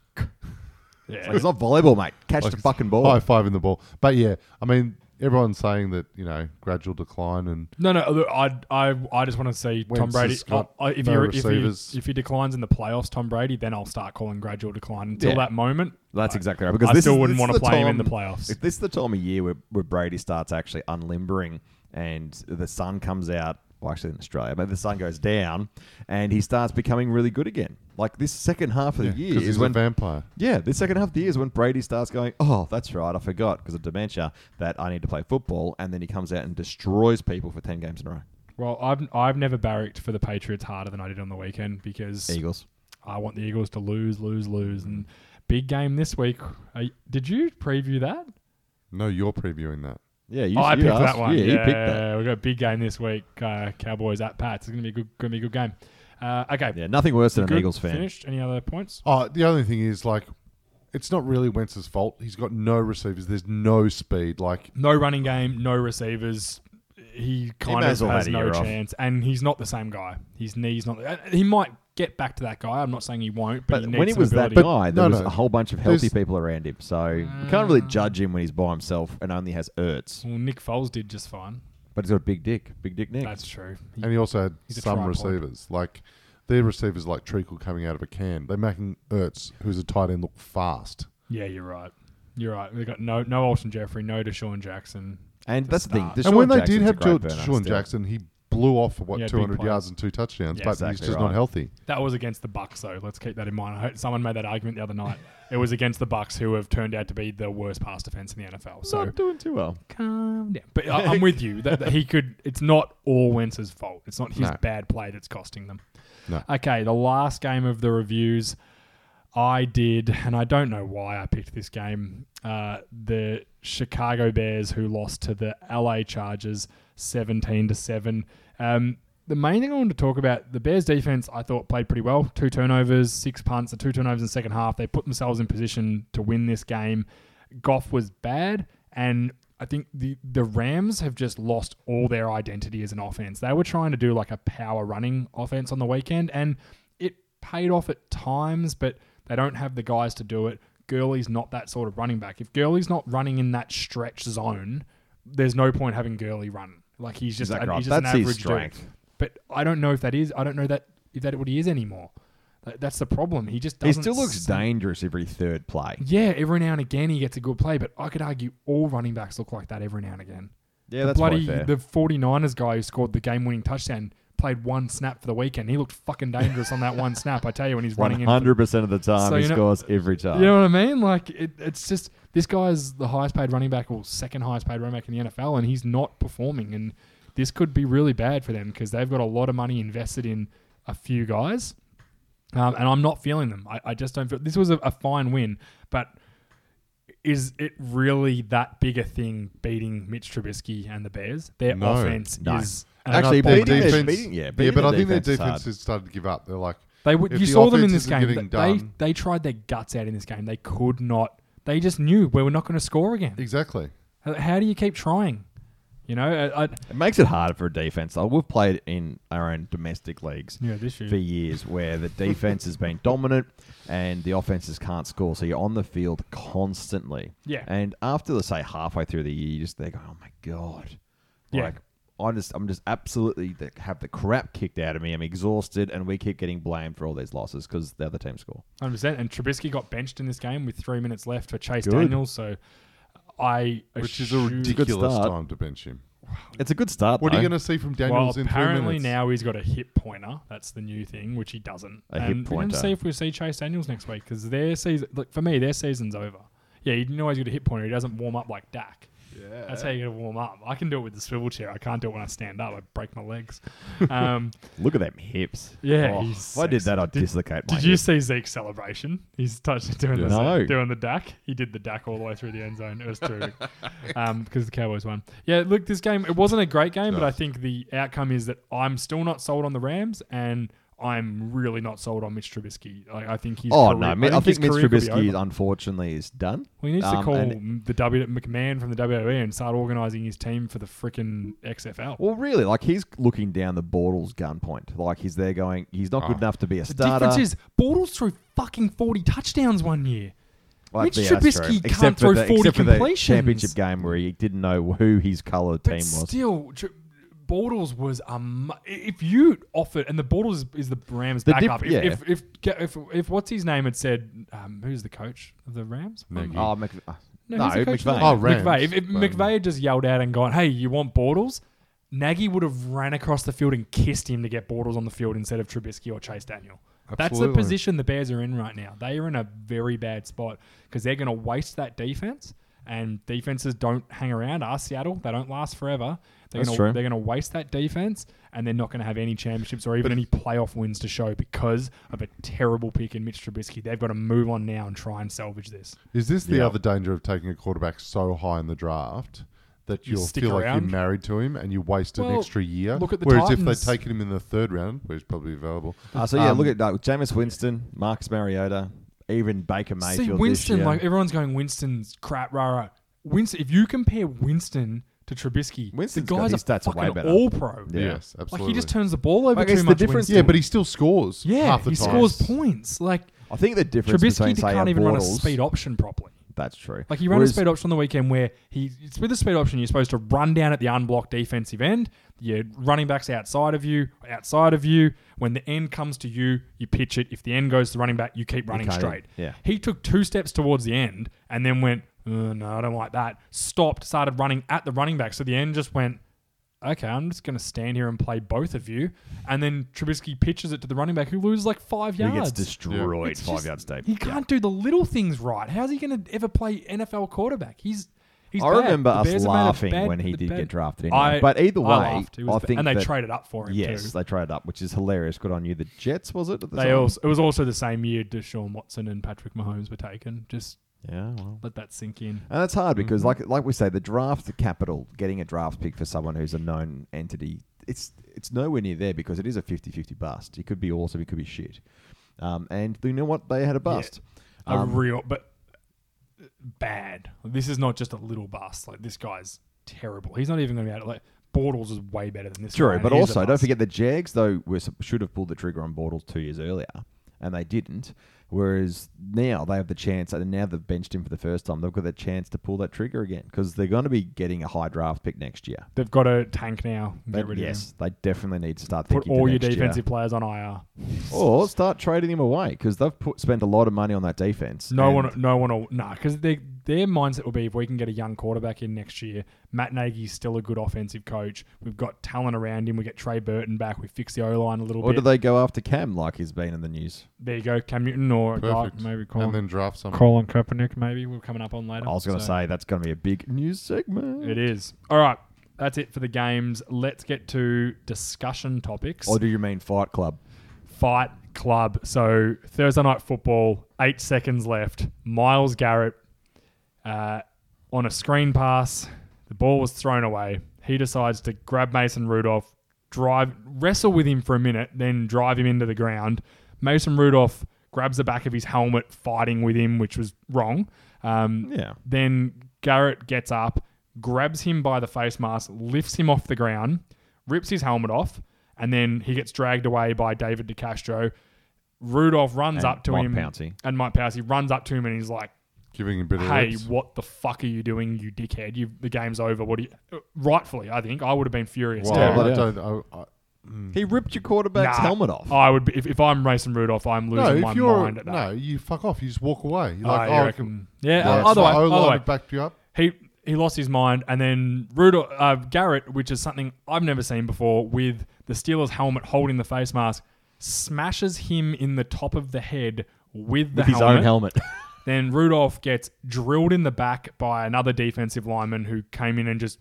Yeah.
Like, it's not volleyball, mate. Catch
Like,
the fucking ball.
High five in the ball. But yeah, I mean, everyone's saying that, you know, gradual decline and
No, no. Look, I, I, I just want to see Tom
Wentz
Brady.
has got
I- I- if,
no
you're, if,
receivers.
he, if he declines in the playoffs, Tom Brady, then I'll start calling gradual decline. Until
Yeah.
that moment,
That's
I-
exactly right. Because
I
this
still
is-
wouldn't
this
want
is
to
the
play him in the
time-
playoffs.
If this is the time of year where, where Brady starts actually unlimbering and the sun comes out, well, actually in Australia, maybe the sun goes down and he starts becoming really good again. Like this second half of the year
because
is
he's
when
a vampire.
Yeah, the second half of the year is when Brady starts going, oh, that's right, I forgot because of dementia that I need to play football. And then he comes out and destroys people for 10 games in a row.
Well, I've I've never barracked for the Patriots harder than I did on the weekend because
Eagles.
I want the Eagles to lose, lose, lose, and big game this week. Uh, did you preview that?
No, you're previewing that.
Yeah, you,
Oh, I
you
picked
asked-
that one.
Yeah,
Yeah,
you picked that.
we got a big game this week. Uh, Cowboys at Pats. It's gonna be a good, gonna be a good game. Uh, okay,
Yeah, nothing worse than an
Good.
Eagles fan.
Finished. Any other points?
Oh, the only thing is, like, it's not really Wentz's fault. He's got no receivers. There's no speed. Like,
No running game. No receivers. He kind
may
of
as well
has
had a
no
year off.
chance, and he's not the same guy. His knee's not. uh, He might get back to that guy. I'm not saying he won't,
But
but, he needs
when he
some
was that
ability.
guy, there
No,
was
no.
a whole bunch of healthy
There's-
people around him. So you can't
Mm.
really judge him when he's by himself and only has Ertz.
well, Nick Foles did just fine.
But he's got a big dick. Big dick Nick.
That's true. He-
and he also had
He's a
some
tripod.
receivers. Like, their receivers are like treacle coming out of a can. They're making Ertz, who's a tight end, look fast.
yeah, you're right. You're right. They got no no Alton Jeffrey, no Deshaun Jackson.
and that's the thing.
start.
Deshaun
and when they
Jackson's
did have
a great
Joe,
burner
Sean
still.
Jackson, he blew off for what
Yeah, big
200
plays.
yards and two touchdowns,
Yeah,
but
exactly
he's just
right.
not healthy.
That was against the Bucks, though. Let's keep that in mind. I heard someone made that argument the other night. it was against the Bucks, who have turned out to be the worst pass defense in the NFL. So
Not doing too well.
calm down. But I, I'm with you. That, that he could. It's not all Wentz's fault. It's not his
No.
bad play that's costing them.
No.
Okay, the last game of the reviews, I did, and I don't know why I picked this game. Uh, the Chicago Bears, who lost to the LA Chargers, seventeen to seven. Um, the main thing I wanted to talk about, the Bears defense, I thought played pretty well. Two turnovers, six punts, the two turnovers in the second half. They put themselves in position to win this game. Goff was bad, and I think the the Rams have just lost all their identity as an offense. They were trying to do like a power running offense on the weekend, and it paid off at times, but they don't have the guys to do it. Gurley's not that sort of running back. If Gurley's not running in that stretch zone, there's no point having Gurley run. Like he's just,
Exactly right.
he's just
That's
an
his
average
strength.
Dude. But I don't know if that is. I don't know that if that what he is anymore. That- That's the problem. He just
He
doesn't
still looks
s-
dangerous every third play.
yeah, every now and again he gets a good play, but I could argue all running backs look like that every now and again.
Yeah,
the
that's
bloody
bloody fair.
the 49ers guy who scored the game-winning touchdown played one snap for the weekend. He looked fucking dangerous on that one snap. I tell you, when he's running in. for-
100% of the time
So
he
you know-
scores every time.
You know what I mean? Like it, it's just this guy is the highest-paid running back or second-highest-paid running back in the NFL, and he's not performing. And this could be really bad for them because they've got a lot of money invested in a few guys. Um, and I'm not feeling them. I, I just don't feel. This was a, a fine win, but is it really that big a thing beating Mitch Trubisky and the Bears? Their
No,
offense
no.
is
Actually,
Their
Beating
another bottom-
their-
defense,
beating- yeah,
yeah,
beating
but
their
I think their
defense is
defense
hard.
has started to give up. They're like,
They would.
if
you
the
saw them in
offense
this
isn't
game.
getting
Th- They
done-
they tried their guts out in this game. They could not. They just knew we were not going to score again.
exactly.
How- How do you keep trying? You know, I, I,
It makes it harder for a defense. Though. We've played in our own domestic leagues
Yeah, this year.
for years where the defense has been dominant and the offenses can't score. So you're on the field constantly.
Yeah.
And after, let's say, halfway through the year, you just think, oh my God.
Yeah.
Like, I just, I'm just absolutely the, have the crap kicked out of me. I'm exhausted, and we keep getting blamed for all these losses because the other team score.
100%. And Trubisky got benched in this game with three minutes left for Chase
Good.
Daniels. So I
Which is a
assume-
ridiculous
start.
time to bench him.
It's a good start.
What are you
though.
going to see from
Well,
Daniels in three minutes?
apparently now he's got a hit pointer. That's the new thing, which he doesn't.
A hip
and we're going
pointer.
to see if we see Chase Daniels next week because their season, look for me, their season's over. Yeah, you know he's got a hit pointer. He doesn't warm up like Dak. Yeah.
Yeah.
That's how you gotta warm up. I can do it with the swivel chair. I can't do it when I stand up. I break my legs. Um,
Look at them hips.
Yeah,
Oh,
he's
if I did
sexy.
that, I'd
Did-
dislocate my
did you
hip.
see Zeke's celebration? He's touching doing the
No.
doing the DAC. He did the DAC all the way through the end zone. It was terrific because the Cowboys won. Yeah, look, this game it wasn't a great game, but I think the outcome is that I'm still not sold on the Rams and. I'm really not sold on Mitch Trubisky. Like, I think he's.
Oh no, Mi- I think,
his
Mitch
career could be
Trubisky
over.
is unfortunately is done.
Well, he needs to
Um,
call
and-
m- the W McMahon from the WWE and start organising his team for the freaking XFL.
well, really, like he's looking down the Bortles gunpoint. Like he's there going, he's not good
Oh.
enough to be a
The
starter.
difference is Bortles threw fucking forty touchdowns one year.
Like,
Mitch
yeah, that's true.
Trubisky can't
Except for
throw
the-
forty
except for the
completions.
championship game where he didn't know who his colour team
but
was.
still, Tr- Bortles was um. If you offered, and the Bortles is, is the Rams
The
backup.
dip- yeah.
if, if, if if if what's his name had said, um, who's the coach of the Rams?
Nagy.
Oh, Mc, uh,
No,
no,
he's the coach of
McVay.
the-
Oh, Rams.
McVay. If, if
Well,
McVay had just yelled out and gone, "Hey, you want Bortles?" Nagy would have ran across the field and kissed him to get Bortles on the field instead of Trubisky or Chase Daniel. That's the
Absolutely.
position the Bears are in right now. They are in a very bad spot because they're going to waste that defense, and defenses don't hang around. Our Seattle, they don't last forever. They're
That's
gonna,
true.
They're going to waste that defense, and they're not going to have any championships or even any playoff wins to show because of a terrible pick in Mitch Trubisky. They've got to move on now and try and salvage this.
Is this the
Yeah.
other danger of taking a quarterback so high in the draft that
You
you'll
stick
feel like
around?
you're married to him and you waste an
Well,
extra year?
look at the
Whereas if
Titans.
they'd taken him in the third round, which is probably available,
Uh, so yeah,
Um,
look at uh, Jameis Winston, Marcus Mariota, even Baker Mayfield.
See,
this
Winston,
year.
like everyone's going, Winston's crap, rah, rah. Winston, if you compare Winston to Trubisky,
Winston's
the
got-
guy's
his
a
stats are way
fucking
better.
all pro.
Yeah.
yes,
Like
absolutely.
he just turns the ball over
Like,
too
it's the
much.
difference-
Winston.
yeah, but he still scores.
yeah,
half the
he
time.
scores points. Like
I think the difference
Trubisky
between say
can't
a
even run a
Bortles-
speed option properly.
That's true.
Like he ran
Whereas-
a speed option on the weekend where he it's with a speed option you're supposed to run down at the unblocked defensive end. Your running backs outside of you, outside of you. When the end comes to you, you pitch it. If the end goes to the running back, you keep running
can't-
straight.
yeah.
He took two steps towards the end and then went, "Uh, no, I don't like that. Stopped, started running at the running back. So the end just went, okay, I'm just going to stand here and play both of you. And then Trubisky pitches it to the running back who loses like five
He gets
yards.
destroyed
It's
five
just-
yards deep.
He can't do the little things right. How's he going to ever play NFL quarterback? He's. he's
I
bad.
remember
The
us
Bears have made a
laughing
bad-
when he
the
did
bad-
get drafted. Anyway. but either way,
I,
I,
laughed. It was bad.
think
and they
that-
traded up for him.
Yes,
too.
they traded up, which is hilarious. Good on you. The Jets was it? at the
They
time?
also, it was also the same year Deshaun Watson and Patrick Mahomes were taken. Just
Yeah, well.
let that sink in.
And that's hard because,
Mm-hmm.
like, like we say, the draft the capital, getting a draft pick for someone who's a known entity, it's it's nowhere near there because it is a 50-50 bust. It could be awesome, it could be shit. Um, and you know what? They had a bust.
a
Um,
real but uh, bad. This is not just a little bust. Like this guy's terrible. He's not even going to be able to. Like Bortles is way better than this. guy,
True,
and
but
he is a
also don't
bust.
forget the Jags though were, sup- should have pulled the trigger on Bortles two years earlier, and they didn't. Whereas now they have the chance, and now they've benched him for the first time. They've got the chance to pull that trigger again because they're going to be getting a high draft pick next year.
they've got a tank now. and Get
But
rid
yes, they definitely need to start
of him. Put
thinking to
all your
next year.
defensive players on IR.
or start trading him away because they've put, spent a lot of money on that defense.
No
and-
one, no one will, nah, because their their mindset will be if we can get a young quarterback in next year, Matt Nagy's still a good offensive coach. We've got talent around him. We get Trey Burton back. We fix the O line a little
Or do
bit.
they go after Cam like he's been in the news?
there you go, Cam Newton or a guy-
perfect.
maybe Colin,
and then draft someone.
Colin Kaepernick. Maybe we're coming up on later.
I was going to
so-
say that's going to be a big news segment.
It is. All right. That's it for the games. Let's get to discussion topics.
Or do you mean Fight Club?
Fight Club. So Thursday night football, eight seconds left. Miles Garrett uh, on a screen pass. The ball was thrown away. He decides to grab Mason Rudolph, drive, wrestle with him for a minute, then drive him into the ground. Mason Rudolph grabs the back of his helmet, fighting with him, which was wrong. Um,
Yeah.
Then Garrett gets up, grabs him by the face mask, lifts him off the ground, rips his helmet off, and then he gets dragged away by David DeCastro. Rudolph runs
And
up to
Mike
him.
Pouncey.
And Mike Pouncey runs up to him and he's like,
Giving him a bit of
hey,
lips.
what the fuck are you doing, you dickhead? You the game's over. What do you? uh, Rightfully, I think I would have been furious.
Well,
too.
terrible,
I
yeah.
don't, I, I,
He ripped your quarterback's
Mm. Nah, Oh,
helmet off.
I would be if, if I'm racing Rudolph, I'm
no,
losing
if
my
you're
mind at that.
no, you fuck off. You just walk away. You're
Oh,
like,
you
oh, I
reckon-
can,
yeah, uh,
yeah,
other way,
so
other
O-line
way.
have backed you up.
he he lost his mind, and then Rudolph uh, Garrett, which is something I've never seen before, with the Steelers helmet holding the face mask, smashes him in the top of the head with the
With his own helmet.
Then Rudolph gets drilled in the back by another defensive lineman who came in and just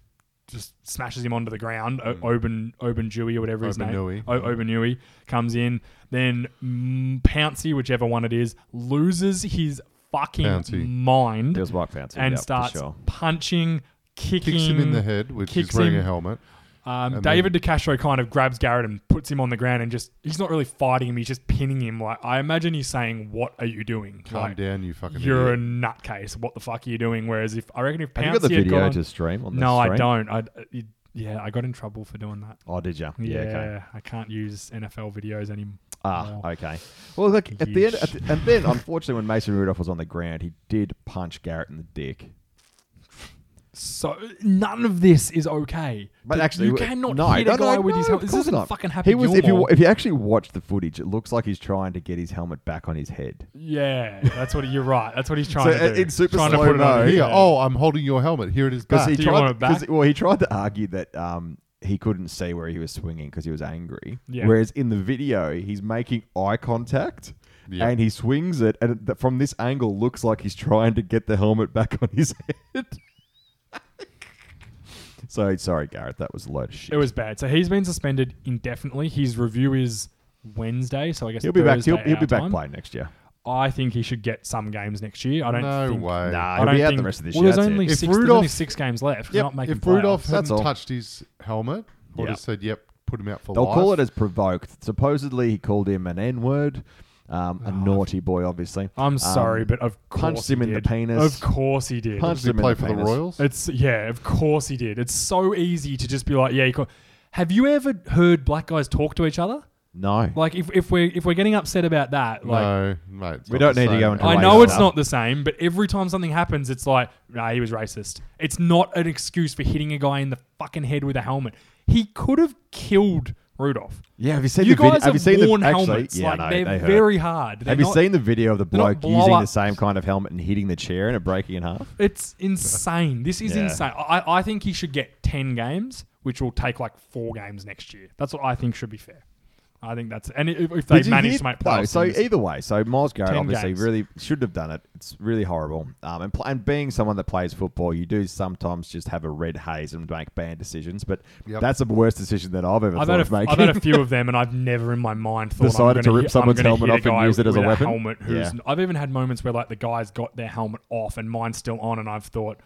just smashes him onto the ground. O-
Hmm.
Oben Oben Dewey or whatever his name.
Obenui.
O- Obenui comes in. Then mm, Pouncy, whichever one it is, loses his fucking
Pouncey.
mind
It was Mike Fancy.
and
yeah, for
starts
sure.
punching, kicking,
Kicks him in the head, which is
kicks
wearing
him.
a helmet.
Um,
and
David DeCastro kind of grabs Garrett and puts him on the ground and just he's not really fighting him, he's just pinning him. Like I imagine he's saying, "What are you doing?
Calm
Like,
down, you fucking
You're
idiot.
a nutcase. What the fuck are you doing?" Whereas if I reckon if
Have
Pouncey
you got the
had
video
gone-
to stream on the
no, I
stream?
don't. I it- yeah, I got in trouble for doing that.
Oh, did you? Yeah,
Yeah,
okay.
I can't use NFL videos anymore.
Ah, okay. Well, look, at the end, at the, and then unfortunately, when Mason Rudolph was on the ground, he did punch Garrett in the dick.
So none of this is okay.
But
Th-
actually,
you
w-
cannot
no,
hit
no,
a guy
no,
with his
no,
helmet.
of
This
course
isn't
not.
fucking
He
happening.
was, if you if you actually watch the footage, it looks like he's trying to get his helmet back on his head.
Yeah, that's what you're right. That's what he's trying
So,
to
uh,
do.
in super
trying to
slow
put it on
mo,
his
Here,
head.
oh, I'm holding your helmet. Here it is back.
he
Ah, Do you
tried,
want it back?
'cause- well, he tried to argue that um, he couldn't see where he was swinging because he was angry.
Yeah.
Whereas in the video, he's making eye contact.
Yeah.
And he swings it, and it- th- from this angle, looks like he's trying to get the helmet back on his head. so sorry, Garrett, that was a load of shit.
It was bad. So he's been suspended indefinitely. His review is Wednesday, so I guess
he'll be back.
Thursday
He'll, he'll
our
be back
time.
playing next year.
I think he should get some games next year. I don't.
no
think,
way.
Nah,
I
he'll
don't
be out
think-
the rest of this
well,
year.
There's
that's it.
only
If
six. there's only
Rudolph-
six games left. They're
Yep,
not making
if Rudolph
playoffs.
That's
hadn't
all.
touched his helmet, would
Yep.
have said, "Yep, put him out for
They'll
life."
call it as provoked. Supposedly, he called him an N word, um, a naughty boy, obviously.
I'm sorry,
Um,
but of course
punched
he
him in the
did.
penis.
Of course he did.
Punched
Does he
him in
play
the
for the
penis.
Royals?
It's yeah, of course he did. It's so easy to just be like, yeah. He call- Have you ever heard black guys talk to each other?
no.
Like if, if we're if we're getting upset about that, like
no, mate. it's
We
not
don't
the
need to
same.
go into
And
I
Right.
know
Yeah.
it's not the same, but every time something happens, it's like, nah, he was racist. It's not an excuse for hitting a guy in the fucking head with a helmet. He could have killed Rudolph.
yeah, have you seen
you
the video?
guys
have you
have
seen
worn
the, actually,
helmets.
Yeah,
like
no,
they're
they hurt.
very hard. They're
Have you
not-
seen the video of the
they're
bloke
not
using the
blow-ups.
same kind of helmet and hitting the chair and it breaking in half?
It's insane. This is
Yeah.
insane. I, I think he should get ten games, which will take like four games next year. That's what I think should be fair. I think that's and if, if they
Did you
manage
hear-
to make
No,
playoffs,
so
in this-
either way, so Miles Garrett
10
obviously
games.
really should have done it. It's really horrible. Um, and, pl- and being someone that plays football, you do sometimes just have a red haze and make bad decisions. But
Yep.
that's the worst decision that I've ever
I've
thought
had,
of
a,
making.
I've had a few of them, and I've never in my mind thought
Decided
I'm
to
gonna
rip
hit-
someone's
I'm gonna
helmet
hit a
off and
guy
use it as a
with
weapon?
helmet who's
Yeah.
I've even had moments where like the guy's got their helmet off and mine's still on, and I've thought,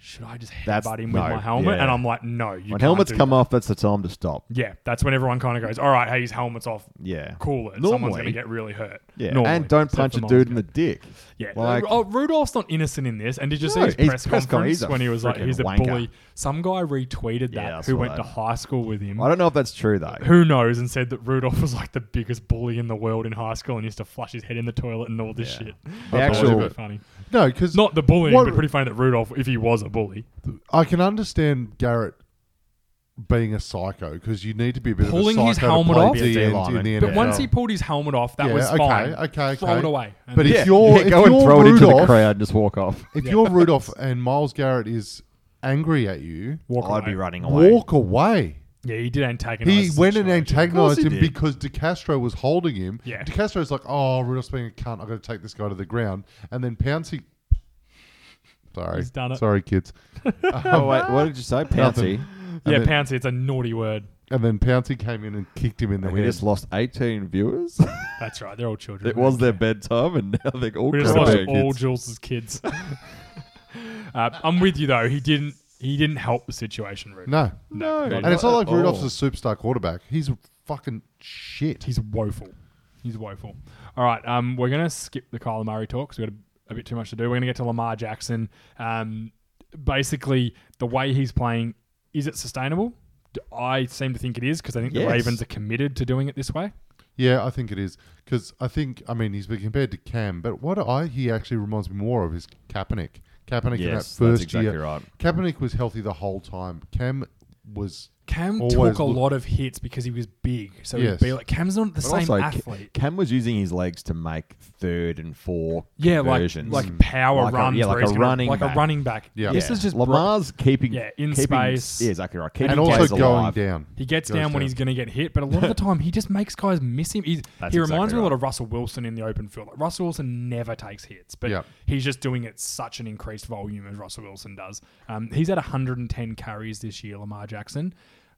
should I just
That's-
headbutt him
no,
with my helmet?
yeah.
And I'm like, no, you
when
can't
helmets
do
come
that.
off, that's the time to stop.
Yeah, that's when everyone kind of goes, all right, hey, his helmet's off.
Yeah.
Cool it. Someone's
Normally-
going to get really hurt.
Yeah,
Normally,
and don't
except
punch
for
a
Miles
dude in the
Garrett.
dick.
Yeah.
like
oh, Rudolph's not innocent in this. And did you see
No,
his
he's
press
press con- he's
conference
a
when he was like,
freaking
he's a
wanker.
bully? Some guy retweeted that
Yeah, I
who
saw
went
that.
to high school with him
I don't know if that's true though.
oh. who knows, and said that Rudolph was like the biggest bully in the world in high school and used to flush his head in the toilet and all this
Yeah.
shit.
The
I thought it was
actual-
pretty funny.
No, because
Not the bullying,
What-
but pretty funny that Rudolph, if he was a bully,
I can understand Garrett being a psycho because you need to be a bit
Pulling
of a
his
psycho
helmet
to play
off?
D and-
Yeah,
in the
lineman.
NFL.
but once he pulled his helmet off, that
Yeah,
was
okay,
fine.
okay,
throw
okay.
it away. And
But if
yeah,
you're-
yeah,
if
go and
you're
throw it into the
Rudolph-
crowd and just walk off.
if you're Rudolph and Miles Garrett is angry at you,
walk
I'd
away.
be running away.
walk away.
Yeah, he did antagonize.
He
the
went and
situation.
antagonized
Of course
him
he did.
because DeCastro was holding him.
Yeah.
DeCastro's like, oh, Rudolph's being a cunt. I'm going to take this guy to the ground. And then Pouncy. Sorry.
He's done it.
Sorry, kids.
Oh wait, what did you say? Pouncy.
Nothing.
Yeah,
and then-
Pouncy, it's a naughty word.
And then Pouncy came in and kicked him in the
We
head.
just lost 18 viewers.
That's right. They're all children.
it was their bedtime, and now they're all
We just
crying.
lost
Correct.
all Jules' kids. uh, I'm with you though. He didn't. He didn't help the situation. Rudolph.
No.
No,
And it's not like
at
Rudolph's
all.
a superstar quarterback. He's fucking shit.
He's woeful. He's woeful. All right, um, we're gonna skip the Kyler Murray talk because we got a, a bit too much to do. We're gonna get to Lamar Jackson. Um, basically, the way he's playing, is it sustainable? D- I seem to think it is because I think the
Yes.
Ravens are committed to doing it this way.
Yeah, I think it is because I think I mean he's been compared to Cam, but what I he actually reminds me more of is Kaepernick. Kaepernick in that
Yes, that's
first
exactly
year,
right.
Kaepernick was healthy the whole time. Cam was
Cam
Always
took a
look-
lot of hits because he was big. So
Yes.
he'd be like, Cam's not
But
the same
also, Ca-
athlete.
Cam was using his legs to make third and four
Yeah, like
conversions.
like power
Like a-
runs,
yeah,
where
like a
he's gonna-
running
like
back.
a running back.
Yeah.
This is just bro-
Lamar's keeping
Yeah, in
keeping-
space.
Yeah, exactly right. Keeping
and
guys
also going
alive.
down.
He gets
Goes
down when he's going to get hit, but a lot of the time he just makes guys miss him. He's,
That's
he reminds
exactly
me a lot
right.
of Russell Wilson in the open field. Like Russell Wilson never takes hits, but
Yep.
he's just doing it such an increased volume as Russell Wilson does. Um, he's had 110 carries this year, Lamar Jackson.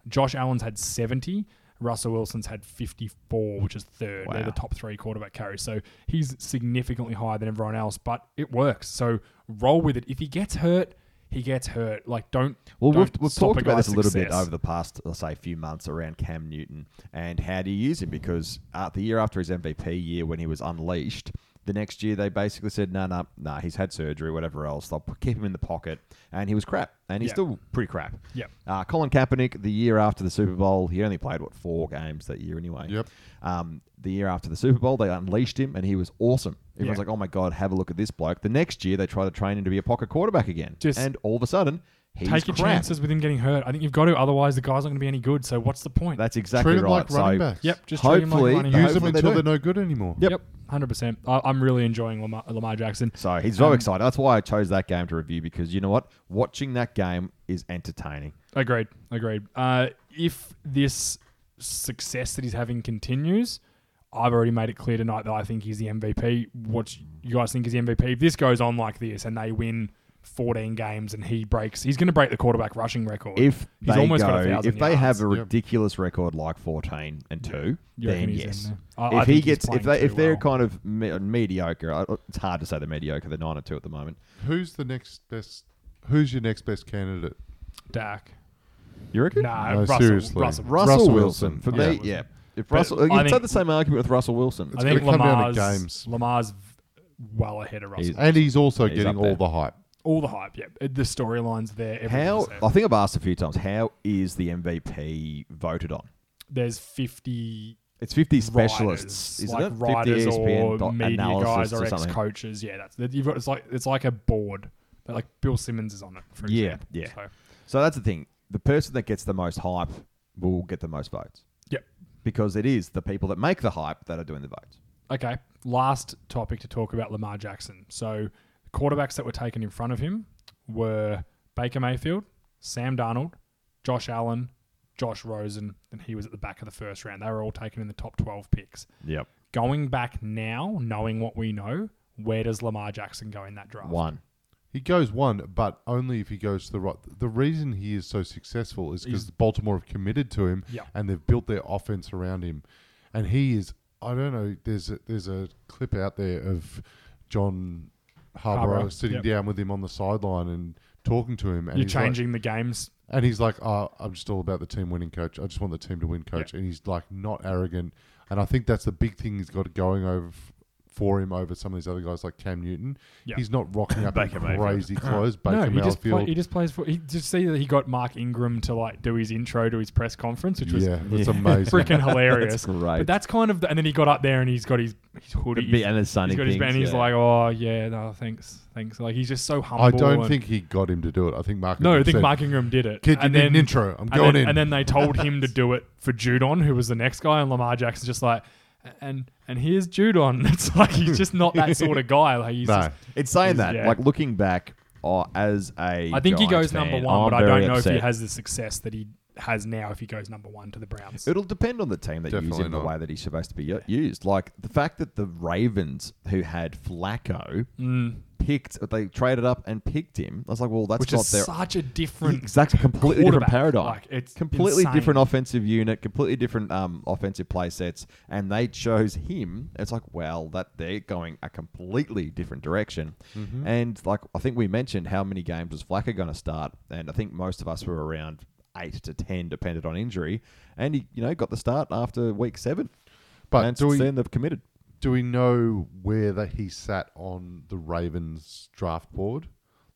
Josh Allen's had 70. Russell Wilson's had 54, which is third. They're the
Wow.
top three quarterback carries. So he's significantly higher than everyone else, but it works. So roll with it. If he gets hurt, he gets hurt. Like, don't.
Well, we've,
don't
we've
stop
talked about
guy's
this a little bit
success.
over the past, let's say, few months around Cam Newton and how do you use him? Because uh, the year after his MVP year, when he was unleashed, the next year they basically said, no, no, no, he's had surgery, whatever else. They'll p- keep him in the pocket. And he was crap. And he's
Yeah.
still pretty crap.
Yeah.
Uh, Colin Kaepernick, the year after the Super Bowl, he only played, what, four games that year anyway.
Yep.
Um, the year after the Super Bowl, they unleashed him and he was awesome. Everyone's
Yeah.
like, oh my God, have a look at this bloke. The next year, they try to train him to be a pocket quarterback again.
Just-
and all of a sudden, he's
Take your
crap.
chances with him getting hurt. I think you've got to, otherwise the guy's not going to be any good. So what's the point?
That's exactly
Treat 'em
right.
like running
so,
backs.
yep. Just
Hopefully-
treat him like running
Use
Use
back.
them
Hopefully they
until
do.
they're no good anymore.
Yep.
Yep, hundred percent. I'm really enjoying Lamar, Lamar Jackson.
so he's so
Um,
excited. That's why I chose that game to review because you know what? Watching that game is entertaining.
Agreed. Agreed. Uh, if this success that he's having continues, I've already made it clear tonight that I think he's the MVP. What you guys think is the MVP? If this goes on like this and they win 14 games and he breaks, he's going to break the quarterback rushing record.
If
he's
they
almost
go,
got a thousand
if they
yards.
have a
Yep.
ridiculous record like fourteen and two,
You reckon
then
he's in
yes.
there? I- I
if
think
he
he's
gets, if
playing
they,
too
if they're
well.
kind of me- mediocre, I- it's hard to say they're mediocre. They're nine and two at the moment.
Who's the next best? Who's your next best candidate?
Dak,
You reckon?
nah,
No,
Russell,
seriously.
Russell,
Russell,
Russell
Wilson.
Wilson.
for
Yeah.
me. Yeah, if Russell,
I
you
think-
had the same argument with Russell Wilson.
I think
gonna come down
Lamar's,
to games.
Lamar's v- well ahead of Russell.
He's-
And he's also
He's
getting
up there.
all the hype.
All the hype, yeah. Uh, The storylines there. everything's
How
there.
I think I've asked a few times. How is the MVP voted on?
There's 50
It's 50 specialists,
writers,
isn't
like
it? E 50
writers
ESPN
or
dot
media guys
analysis
or,
or something.
ex-coaches. Yeah, that's that- you've got. It's like it's like a board. But like Bill Simmons is on it. For
Yeah,
example.
yeah.
So,
So that's the thing. The person that gets the most hype will get the most votes
yep.
because it is the people that make the hype that are doing the votes.
Okay. Last topic to talk about Lamar Jackson. So the quarterbacks that were taken in front of him were Baker Mayfield, Sam Darnold, Josh Allen, Josh Rosen, and he was at the back of the first round. They were all taken in the top twelve picks.
Yep.
Going back now, knowing what we know, where does Lamar Jackson go in that draft?
One.
He goes one, but only if he goes to the right. The reason he is so successful is because Baltimore have committed to him
Yeah.
and they've built their offense around him. And he is, I don't know, there's a, there's a clip out there of John Harbaugh
Harbaugh,
sitting
yep.
down with him on the sideline and talking to him. And
You're
he's like-
changing the games.
And he's like, oh, I'm just all about the team winning, coach. I just want the team to win, coach.
Yeah.
And he's like, not arrogant. And I think that's the big thing he's got going over f- for him over some of these other guys like Cam Newton.
Yeah.
He's not rocking up in
Baker Mayfield.
crazy clothes. Baker
no, he just, play-
Mayfield.
he just plays for. He just see that he got Mark Ingram to like do his intro to his press conference, which was
yeah, that's amazing.
freaking hilarious.
great.
But that's kind of. The, and then he got up there and he's got his his hoodie.
The bit and the sunny
he's got his
things,
band. He's
yeah.
like, oh yeah, no, thanks, thanks. Like he's just so humble.
I don't
and-
think he got him to do it. I think Mark.
No, I
Ingram
think
said,
Mark Ingram did it.
Kid, you
and
need
then,
an intro. I'm
and
going
then-
in.
And then they told him to do it for Judon, who was the next guy, and Lamar Jackson's just like, and and here's Judon. It's like he's just not that sort of guy. Like he's
No.
just,
It's saying that,
yeah.
like looking back, oh, as a
I think he goes
Giants
number
fan,
one,
I'm
but I don't
very
know if
upset.
he has the success that he has now if he goes number one to the Browns.
It'll depend on the team that uses
Definitely
him
not.
the way that he's supposed to be u- used. Like the fact that the Ravens, who had Flacco, picked, they traded up and picked him. I was like, well, that's
Mm. which
not
is
their
such a different,
exactly completely different
quarterback.
paradigm.
Like, it's
completely
insane.
different offensive unit, completely different um, offensive play sets, and they chose him. It's like, well, that they're going a completely different direction.
Mm-hmm.
And like I think we mentioned, how many games was Flacco going to start? And I think most of us were around eight to ten, dependent on injury. And he, you know, got the start after week seven.
But
and
do
since
we-
then they've committed.
Do we know where that he sat on the Ravens draft board?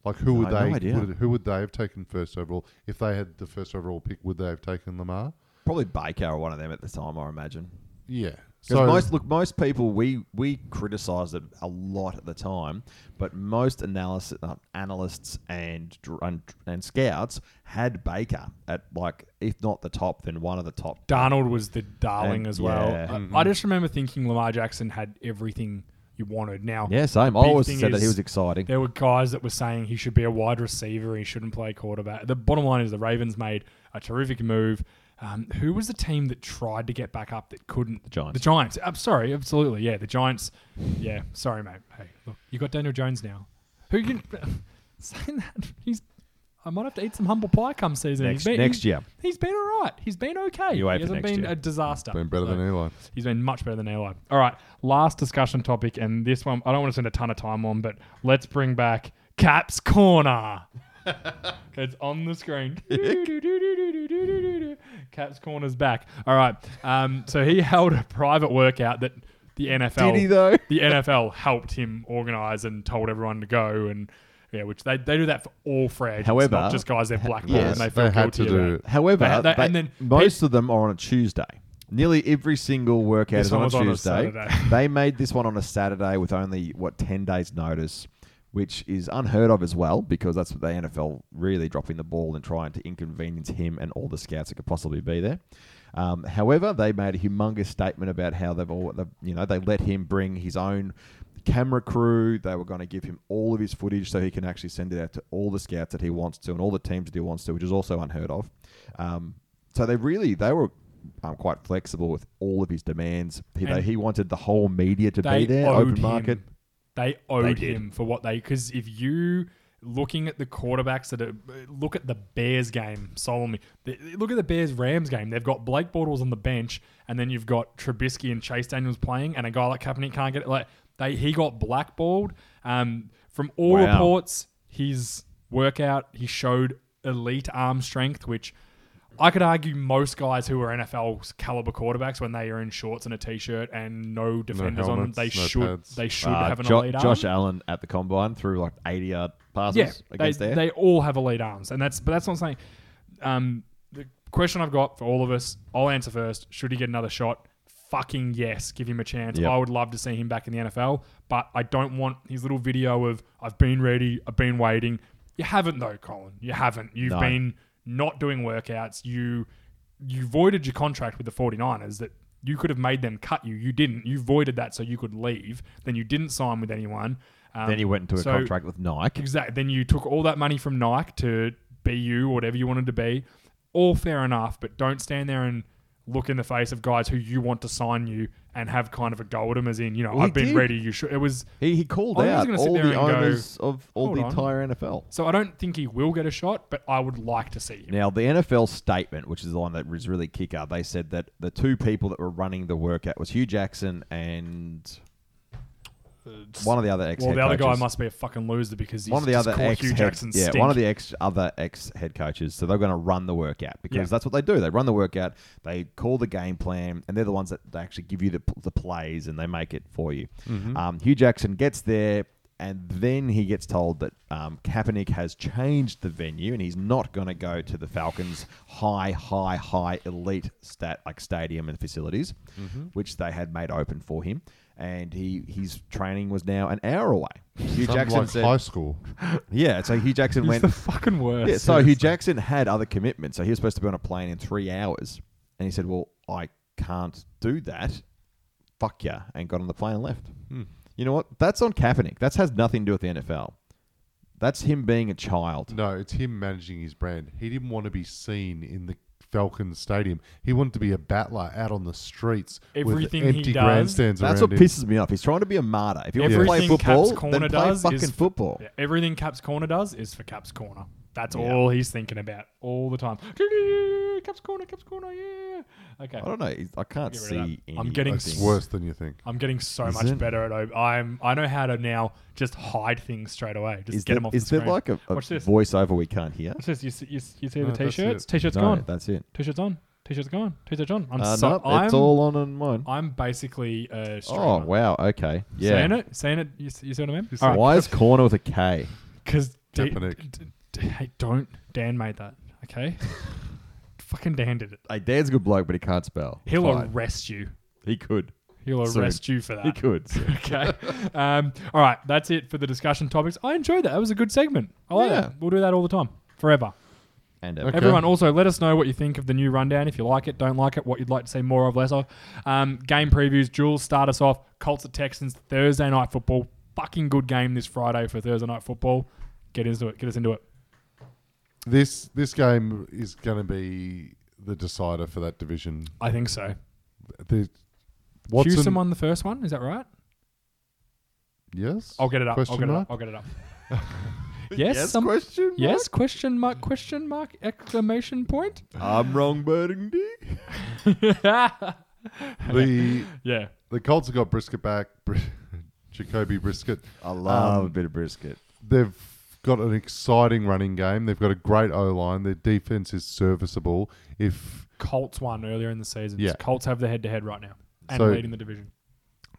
Like who would
I have
they
no idea.
would- who would they have taken first overall if they had the first overall pick? Would they have taken Lamar?
Probably Baker or one of them at the time, I imagine.
Yeah.
Because
So-
most look, most people we we criticised it a lot at the time, but most analysis, uh, analysts and, dr- and and scouts had Baker at like if not the top, then one of the top.
Darnold was the darling
And-
as well.
yeah. Mm-hmm.
I- I, just remember thinking Lamar Jackson had everything you wanted. Now,
Yeah, same. I
big
always
thing
said that he
is
was exciting.
There were guys that were saying he should be a wide receiver. He shouldn't play quarterback. The bottom line is the Ravens made a terrific move. Um, who was the team that tried to get back up that couldn't? The
Giants.
The Giants. I'm sorry, absolutely. Yeah, the Giants. Yeah, sorry, mate. Hey, look, you got Daniel Jones now. Who can saying that he's? I might have to eat some humble pie come season.
Next-
He's been-
next
he's-
year.
He's been all right. He's been okay.
You aim
he
for
hasn't
next
been
year.
a disaster.
Been better than Eli.
He's been much better than Eli. All right, last discussion topic, and this one I don't want to spend a ton of time on, but let's bring back Caps Corner. it's on the screen. Caps Corner's back. All right. Um, so he held a private workout that the NFL
Did he though?
the NFL helped him organize and told everyone to go and yeah, which they, they do that for all free agents,
However-
not just guys they're blackballed
Yes,
and they
they
feel
had
guilty
to do
about.
it.
However,
They had that-
they-
and then
most of them are on a Tuesday. Nearly every single workout
This
is on
one
a
was on a
Tuesday.
Saturday.
they made this one on a Saturday with only what ten days notice, which is unheard of as well because that's what the NFL really dropping the ball and trying to inconvenience him and all the scouts that could possibly be there. Um, however, they made a humongous statement about how they've all, they've, you know, they let him bring his own camera crew. They were going to give him all of his footage so he can actually send it out to all the scouts that he wants to and all the teams that he wants to, which is also unheard of. Um, so they really they were um, quite flexible with all of his demands. He, they,
And
he wanted the whole media to be
they
there,
owed
open market.
Him. They owed
did.
him for what they because if you looking at the quarterbacks that are look at the Bears game, solemnly the- look at the Bears Rams game. They've got Blake Bortles on the bench, and then you've got Trubisky and Chase Daniels playing, and a guy like Kaepernick can't get it. Like they, he got blackballed. Um, from all
Wow.
reports, his workout he showed elite arm strength, which. I could argue most guys who are NFL caliber quarterbacks when they are in shorts and a t-shirt and no defenders on them,
helmets,
they
no
should
pads.
they should
Uh,
have an
Jo-
elite arm.
Josh Allen at the combine threw like eighty yard passes
yeah, they,
against there.
they all have elite arms, and that's but that's not saying. Um, the question I've got for all of us, I'll answer first. Should he get another shot? Fucking yes, give him a chance.
Yep.
I would love to see him back in the NFL, but I don't want his little video of I've been ready, I've been waiting. You haven't though, Colin. You haven't. You've
No.
been not doing workouts. You you voided your contract with the 49ers that you could have made them cut you. You didn't. You voided that so you could leave. Then you didn't sign with anyone. Um,
then he went into a
so-
contract with Nike.
Exactly. Then you took all that money from Nike to be you, whatever you wanted to be. All fair enough, but don't stand there and look in the face of guys who you want to sign you and have kind of a go at them, as in, you know,
Well, he
I've been
did.
ready. You should. It was.
He, he called
I think he's
out
gonna sit
all
there
the
and go,
owners of all
"Hold
the
on."
entire NFL.
So I don't think he will get a shot, but I would like to see him.
Now, the NFL statement, which is the one that was really kicker, they said that the two people that were running the workout was Hugh Jackson and one of the other ex.
well, the other guy must be a fucking loser because he's
one of the
just
other
called
ex.
Hugh Jackson
yeah,
stink.
one of the ex other ex head coaches. So they're going to run the workout because
Yeah.
that's what they do. They run the workout, they call the game plan, and they're the ones that they actually give you the, the plays and they make it for you.
Mm-hmm.
Um, Hugh Jackson gets there. And then he gets told that um, Kaepernick has changed the venue and he's not going to go to the Falcons' high, high, high elite stat like stadium and facilities,
Mm-hmm.
which they had made open for him. And he his training was now an hour away. Hugh
Sounds
Jackson
like
said,
high school.
yeah, so Hugh Jackson
he's
went.
the fucking worst.
yeah, so Hugh Jackson had other commitments. So he was supposed to be on a plane in three hours, and he said, "Well, I can't do that. Fuck yeah!" and got on the plane and left.
Hmm.
You know what? That's on Kaepernick. That has nothing to do with the NFL. That's him being a child.
No, it's him managing his brand. He didn't want to be seen in the Falcons Stadium. He wanted to be a battler out on the streets
Everything he
with empty
does-
grandstands
That's
around
what
him.
pisses me off. He's trying to be a martyr. If you want to
Everything
play
Caps
football,
Corner
then play
does
fucking
is
football.
Yeah, everything Caps Corner does is for Caps Corner. That's
Yeah.
all he's thinking about all the time. Caps Corner, Caps Corner, yeah. Okay.
I don't know. He's- I can't
Get rid of
see.
that. I'm
any
getting
things.
It's worse than you think.
I'm getting so
Is
much
it?
better at O- I'm I know how to now just hide things straight away. Just
Is
get
there,
them off
is
the
there
screen.
like a, a
Watch this.
voiceover we can't hear?
Watch this. You see, you, see- you see
No,
the
that's
t-shirts?
it.
T-shirts
no,
gone.
that's it.
T-shirts on. T-shirts gone. T-shirts gone. I'm
Uh,
so
no,
I'm,
it's all on on mine.
I'm basically a streamer.
Oh wow. Okay. Yeah.
Saying it? Saying it? You, see- you see what I mean?
All right.
Why is corner with a K?
Because d-
Kaepernick.
d- d- hey, don't Dan made that. Okay, fucking Dan did it.
Hey, Dan's a good bloke, but he can't spell.
He'll
Fine.
arrest you.
he could.
He'll
Soon.
arrest you for that.
He could. soon.
okay. Um, all right. That's it for the discussion topics. I enjoyed that. That was a good segment. I like
Yeah.
that. We'll do that all the time, forever.
And
Okay.
Everyone, also let us know what you think of the new rundown. If you like it, don't like it, what you'd like to see more of, less of. Um, game previews. Jules, start us off. Colts at Texans Thursday night football. Fucking good game this Friday for Thursday night football. Get into it. Get us into it.
This this game is going to be the decider for that division.
I think so.
The Watson,
Houston won the first one. Is that right?
Yes.
I'll get it up.
Question
I'll get
mark?
it up. I'll get it up. yes.
Yes,
some-
question mark?
Yes. Question mark. Question mark. Exclamation point.
I'm wrong, Burgundy.
The
Yeah.
the Colts have got Brisket back. Br- Jacoby Brisket.
I love a bit of brisket.
They've got an exciting running game. They've got a great O line. Their defense is serviceable. If
Colts won earlier in the season.
Yeah.
Colts have the head to head right now and
So-
leading the division.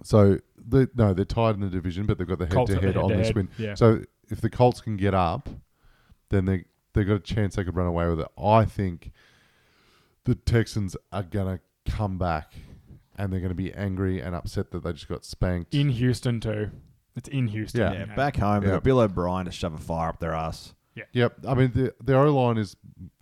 so, the, no, they're tied in the division, but they've got the head
Colts
to
have the
head on this
head-to-head,
win.
yeah.
So if the Colts can get up, then they they've got a chance they could run away with it. I think the Texans are gonna come back. And they're going to be angry and upset that they just got spanked.
In Houston too. It's in Houston.
Yeah.
Yeah, back home, they've
Yeah.
got Bill O'Brien to shove a fire up their ass.
Yep. I mean, the, their O line is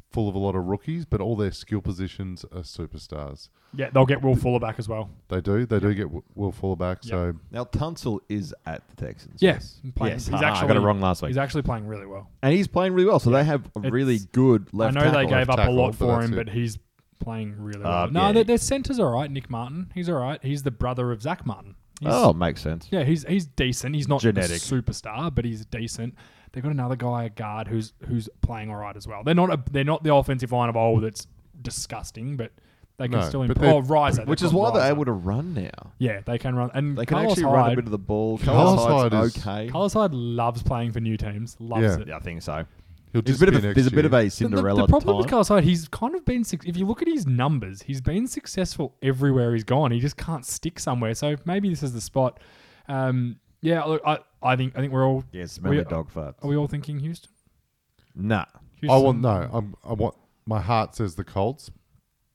full of a lot of rookies, but all their skill positions are superstars.
Yeah, they'll get Will Fuller back as well.
They do. They do get Wi- Will Fuller back. So
Now Tunsil is at the Texans.
Yes.
Yes. He's actually, Ah, I got it wrong last week,
He's actually playing really well.
and he's playing really well. So they have a
It's-
really good left.
I know they
tackle.
gave up a
tackle,
lot
but
for him,
that's it.
but he's playing really
Uh,
well. No,
yeah.
their, their center's all right. Nick Martin, he's all right. He's the brother of Zach Martin. He's,
Oh, makes sense.
yeah, he's he's decent. He's not
Genetic.
a superstar, but he's decent. They've got another guy, a guard, who's who's playing all right as well. They're not a, they're not the offensive line of old that's disgusting, but they can
No,
still
but
improve.
they're-
Oh, Riser, they've
Which is
got
why they're
Riser.
able to run now.
Yeah, they can run, and
They can
Carlos
actually
Hyde,
run a bit of the ball.
Carlos
Carlos
Hyde
Hyde's
is-
okay.
Carlos Hyde loves playing for new teams. Loves
Yeah.
it.
yeah, I think so.
he'll
There's
just
a bit
be
of a,
next
there's a bit
year.
of a
The- the-
Cinderella
The, problem with
time.
Carlos Hyde, he's kind of been. suc- If you look at his numbers, he's been successful everywhere he's gone. He just can't stick somewhere. So maybe this is the spot. Um, yeah, look, I, I think I think we're all.
yeah,
we,
smelly dog farts.
Are we all thinking Houston?
nah.
I
Houston
want no. I'm, I want my heart says the Colts.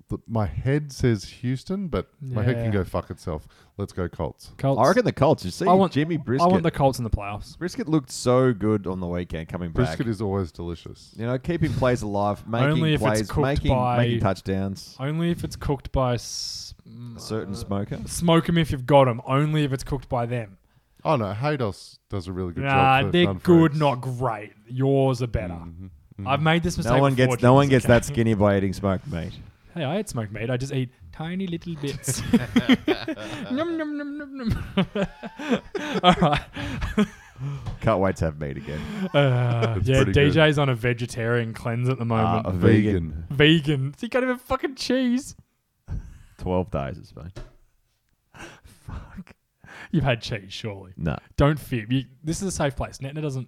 The, my head says Houston, but my head
Yeah.
can go fuck itself. Let's go Colts.
Colts.
I reckon the Colts. You see,
I want
Jimmy
I
Brisket.
want the Colts in the playoffs.
Brisket looked so good on the weekend coming back.
Brisket is always delicious.
You know, keeping plays alive, making
Only if it's
plays,
cooked
making,
by-
making touchdowns.
Only if it's cooked by. S- mm,
A
Uh,
certain smoker.
Smoke them if you've got them. Only if it's cooked by them.
Oh no, Haydos does a really good
nah,
job. for
they're
Dunford.
good, not great. Yours are better. I've made this mistake.
Mm-hmm, No one
before,
gets no one
James,
gets
okay?
that skinny by eating smoked meat.
Hey, I eat smoked meat. I just eat tiny little bits. nom nom nom nom nom. All right.
Can't wait to have meat again.
Uh, yeah,
pretty good.
DJ's on a vegetarian cleanse at the
Uh,
moment.
a vegan.
Vegan.
Vegan. He can't even fucking cheese.
Twelve days it's been.
Fuck. You've had cheese, surely.
No.
Don't fib. You, this is a safe place. Netna doesn't.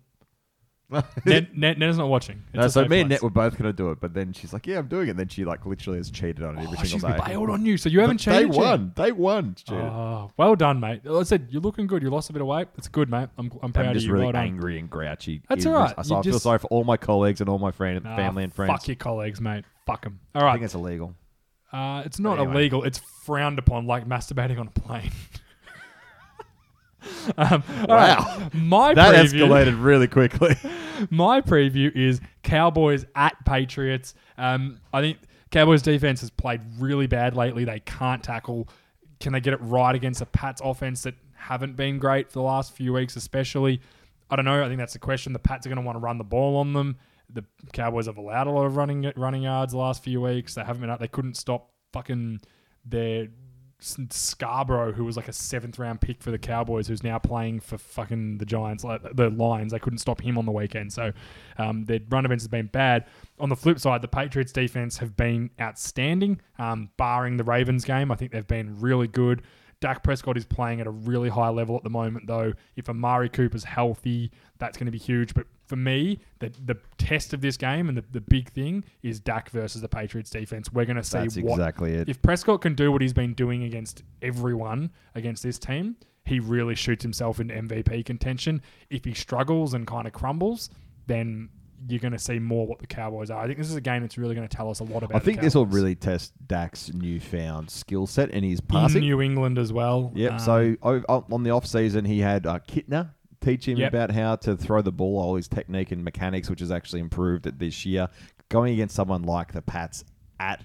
Net, Net, Neta's not watching. It's
no,
a
so me
safe
and
place.
Net were both gonna do it, but then she's like, "Yeah, I'm doing it." And then she like literally has cheated on it every
Oh, she's
single day.
bailed on you, so you haven't
They
cheated. yet.
won. They won. She cheated.
Oh, well done, mate. Like I said, you're looking good. You lost a bit of weight. That's good, mate. I'm, I'm proud
I'm
of
just
you.
really
well done.
angry and grouchy.
That's
in
all
this-
right.
So
You
I feel
just- Ah,
sorry for all my colleagues and all my friend,
Nah,
family and friends.
Fuck your colleagues, mate. Fuck them. All
I
right.
think it's illegal.
Uh, it's not
Anyway.
illegal. It's frowned upon, like masturbating on a plane. um, all right.
Wow.
My
That
preview,
escalated really quickly.
My preview is Cowboys at Patriots. Um, I think Cowboys defense has played really bad lately. They can't tackle. Can they get it right against a Pats offense that haven't been great for the last few weeks, especially? I don't know. I think that's the question. The Pats are going to want to run the ball on them. The Cowboys have allowed a lot of running running yards the last few weeks. They haven't been up. They couldn't stop fucking their S- Scarborough, who was like a seventh round pick for the Cowboys, who's now playing for fucking the Giants, like the Lions. They couldn't stop him on the weekend. So um, their run events has been bad. On the flip side, the Patriots defense have been outstanding, um, barring the Ravens game. I think they've been really good. Dak Prescott is playing at a really high level at the moment, though. If Amari Cooper's healthy, that's going to be huge. But for me, the, the test of this game and the, the big thing is Dak versus the Patriots defense. We're going to see
That's
what
exactly it.
if Prescott can do what he's been doing against everyone against this team, he really shoots himself into MVP contention. If he struggles and kind of crumbles, then you're going to see more what the Cowboys are. I think this is a game that's really going to tell us a lot about.
I think
the
this will
Cowboys.
really test Dak's newfound skill set and his
in
passing.
New England as well.
Yep.
Um,
so o- o- on the off season, he had uh, Kitner teach him
Yep.
about how to throw the ball, all his technique and mechanics, which has actually improved it this year. Going against someone like the Pats at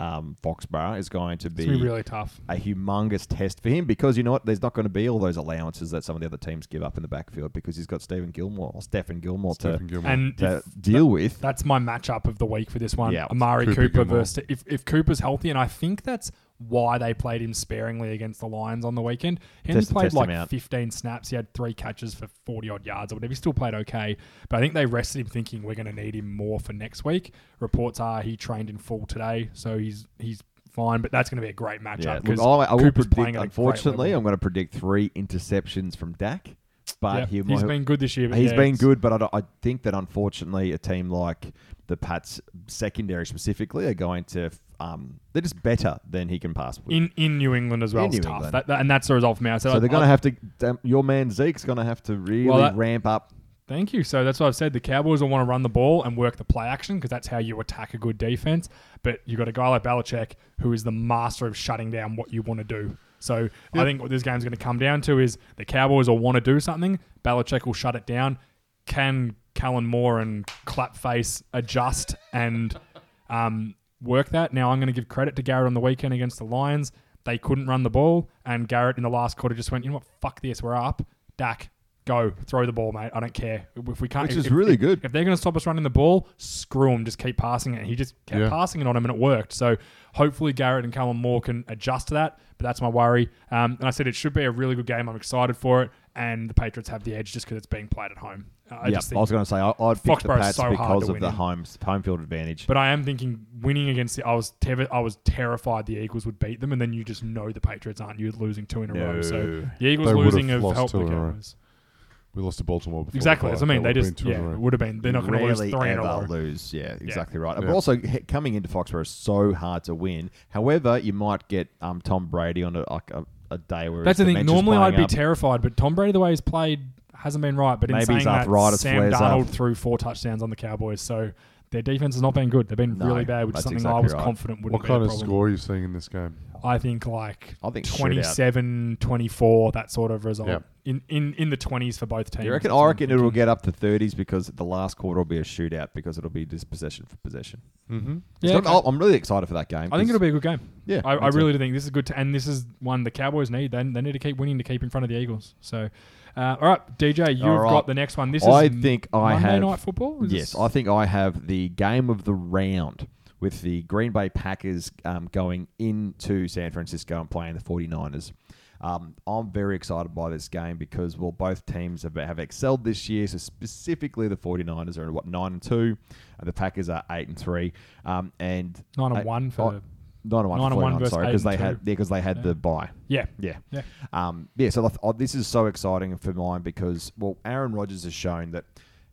um, Foxborough is going to be,
it's gonna be really tough.
a humongous test for him because you know what? There's not going to be all those allowances that some of the other teams give up in the backfield because he's got Stephen Gilmore or Stephen Gilmore
Stephen
to,
Gilmore.
And
to
if
deal with.
That's my matchup of the week for this one.
Yeah.
Amari
Cooper
Cooper,
Gilmore.
versus if, if Cooper's healthy, and I think that's why they played him sparingly against the Lions on the weekend. He only
Test-
played
test him
like
out.
15 snaps. He had three catches for 40 odd yards or whatever. He still played okay, but I think they rested him thinking we're going to need him more for next week. Reports are he trained in full today, so he's he's fine. But that's going to be a great
Yeah,
matchup
look,
because
I, I will
Cooper's playing
predict,
at a great
unfortunately,
level.
I'm going to predict three interceptions from Dak. But
Yep,
he
he's
might-
been good this year. But
He's
yeah,
been
it's-
good, but I, don't- I think that unfortunately, a team like the Pats secondary specifically are going to. f- Um, they're just better than he can pass. With.
in in New England as well.
In
It's
New
tough,
England.
that, that- and that's the result for me. I said,
so
I-
they're going
I-
to have to. damn, Your man Zeke's going to have to really
that-
ramp up.
Thank you. So that's what I've said. The Cowboys will want to run the ball and work the play action because that's how you attack a good defense. But you've got a guy like Belichick who is the master of shutting down what you want to do. So I think what this game's going to come down to is the Cowboys will want to do something. Belichick will shut it down. Can Callan Moore and Clapface adjust and um, work that? Now I'm going to give credit to Garrett on the weekend against the Lions. They couldn't run the ball, and Garrett in the last quarter just went, you know what, fuck this, we're up. Dak, go, throw the ball, mate. I don't care if we can't.
Which
if-
is
if-
really
if-
good.
If they're going to stop us running the ball, screw them. Just keep passing it. And he just kept
Yeah.
passing it on him, and it worked. So hopefully Garrett and Callum Moore can adjust to that. But that's my worry. Um, and I said it should be a really good game. I'm excited for it, and the Patriots have the edge just because it's being played at home. I
yeah, I
just think
was going to say I, I'd pick the
Foxborough's
Pats
so hard
because
to
of
win
the
in.
home home field advantage.
But I am thinking winning against the. I was tev- I was terrified the Eagles would beat them, and then you just know the Patriots aren't. You're losing two in a row, so
No.
the Eagles
They would have
losing have
lost
helped
two
the
in a row.
Cowboys.
We lost to Baltimore before. the
Exactly, that's
bye.
what I mean. They
That
just
would've been two in a
yeah,
row.
would have been. They're not going to lose
Rarely
three in a
ever
row.
lose. Yeah, exactly right.
Yeah.
But also h- coming into Foxborough is so hard to win. However, you might get um, Tom Brady on a, like a, a day where
That's the
his
thing.
dementia's
Normally,
playing
I'd be
up.
terrified, but Tom Brady, the way he's played, hasn't been right. But in
Maybe
saying
his
that,
arthritis
Sam
flares up.
Darnold threw four touchdowns on the Cowboys, so their defense has not been good. They've been
No,
really bad, which
that's
is something I
exactly
was
right.
confident would
What
be a
kind of
problem.
score are you seeing in this game?
I think like
I think shootout.
27, 24, that sort of result.
Yeah.
In, in in the 20s for both teams.
You reckon?
That's what
I
I'm
reckon it'll
thinking.
get up to thirties because the last quarter will be a shootout because it'll be just possession for possession.
Mm-hmm.
Yeah,
So
okay.
I'm- I'm really excited for that game.
I think it'll be a good game.
Yeah,
I, I
me too.
really do think this is good. To, and this is one the Cowboys need. They, they need to keep winning to keep in front of the Eagles. So, uh, all right, DJ, you've
All right.
got the next one. This
I
is
think I
Monday
have
Night Football. Is
Yes,
this-
I think I have the game of the round with the Green Bay Packers um, going into San Francisco and playing the 49ers. Um, I'm very excited by this game because well, both teams have, have excelled this year. So specifically, the 49ers are what nine and two, and the Packers are eight and three. Um, and
Nine and
eight-
one for
oh,
the-
nine and one.
nine
for
and one
49ers,
versus
sorry,
eight
because
and
they
two.
had yeah, because they had the bye.
yeah.
Yeah.
Yeah.
Um, yeah, so I th- I- this is so exciting for mine because, well, Aaron Rodgers has shown that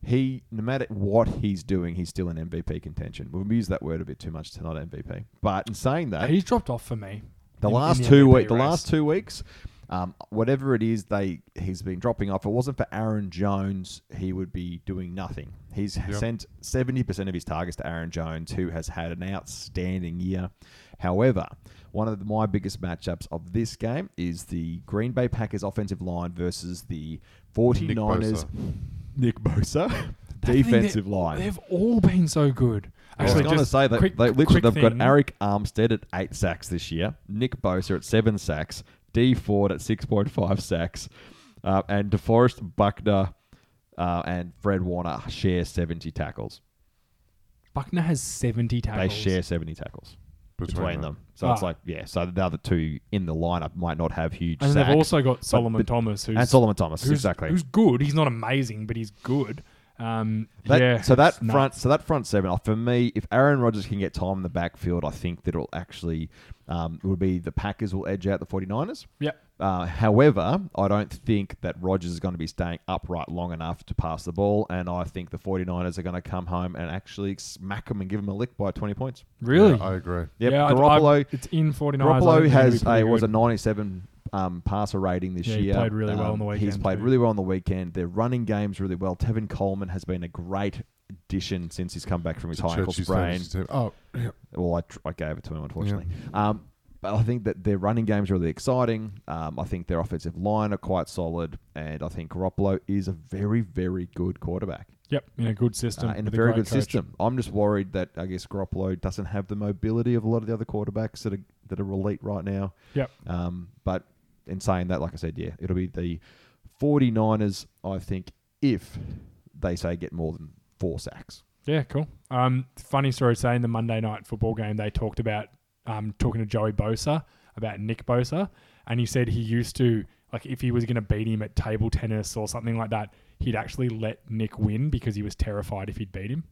he, no matter what he's doing, he's still in MVP contention. We've used that word a bit too much tonight, MVP. But in saying that,
He's dropped off for me.
Uh, the
in- in
last
the
two
MVP
week, the
race.
last two weeks, um, whatever it is they he's been dropping off. If it wasn't for Aaron Jones, he would be doing nothing. He's sent seventy percent of his targets to Aaron Jones, who has had an outstanding year. However, one of my biggest matchups of this game is the Green Bay Packers offensive line versus the 49ers Nick Bosa, defensive
They've-
line.
They've all been so good.
I was
Actually,
going to
just
say that
quick,
they literally
quick
they've
thing.
got Eric Armstead at eight sacks this year, Nick Bosa at seven sacks, D Ford at six point five sacks, uh, and DeForest Buckner uh, and Fred Warner share seventy tackles.
Buckner has 70 tackles.
They share seventy tackles between, them. So it's
Ah.
like yeah, so the other two in the lineup might not have huge.
And
sacks,
they've also got
but
Solomon
the-
Thomas, who's
and Solomon Thomas
who's,
exactly.
who's good. He's not amazing, but he's good. Um,
That,
yeah,
so that
it's nuts.
front, so that front seven, uh, for me, if Aaron Rodgers can get time in the backfield, I think that it'll actually um, it will be the Packers will edge out the 49ers.
Yep.
Uh, however, I don't think that Rodgers is going to be staying upright long enough to pass the ball, and I think the 49ers are going to come home and actually smack them and give them a lick by 20 points.
Really?
I agree.
Yep,
Yeah, I-
Garoppolo,
I- it's in 49ers. I think
Garoppolo
they're gonna
has
be
a
pretty
was a
good.
97 um, passer rating this
Yeah, he
year. Um,
played really well on the
He's
weekend
played
too.
really well on the weekend. Their running games really well. Tevin Coleman has been a great addition since he's come back from his high ankle
Church is
sprain.
famous too. Oh, yeah.
Well, I, tr- I gave it to him, unfortunately. Um, but I think that their running game's really exciting. Um, I think their offensive line are quite solid. And I think Garoppolo is a very, very good quarterback
Yep, in a good system.
uh, in a
with
very
great
good
coach.
system. I'm just worried that, I guess, Garoppolo doesn't have the mobility of a lot of the other quarterbacks that are, that are elite right now.
Yep.
Um, but in saying that, like I said, yeah, it'll be the 49ers, I think, if they say get more than four sacks.
Yeah, cool. Um, funny story. Saying the Monday night football game, they talked about um, talking to Joey Bosa about Nick Bosa, and he said he used to like if he was going to beat him at table tennis or something like that, he'd actually let Nick win because he was terrified if he'd beat him.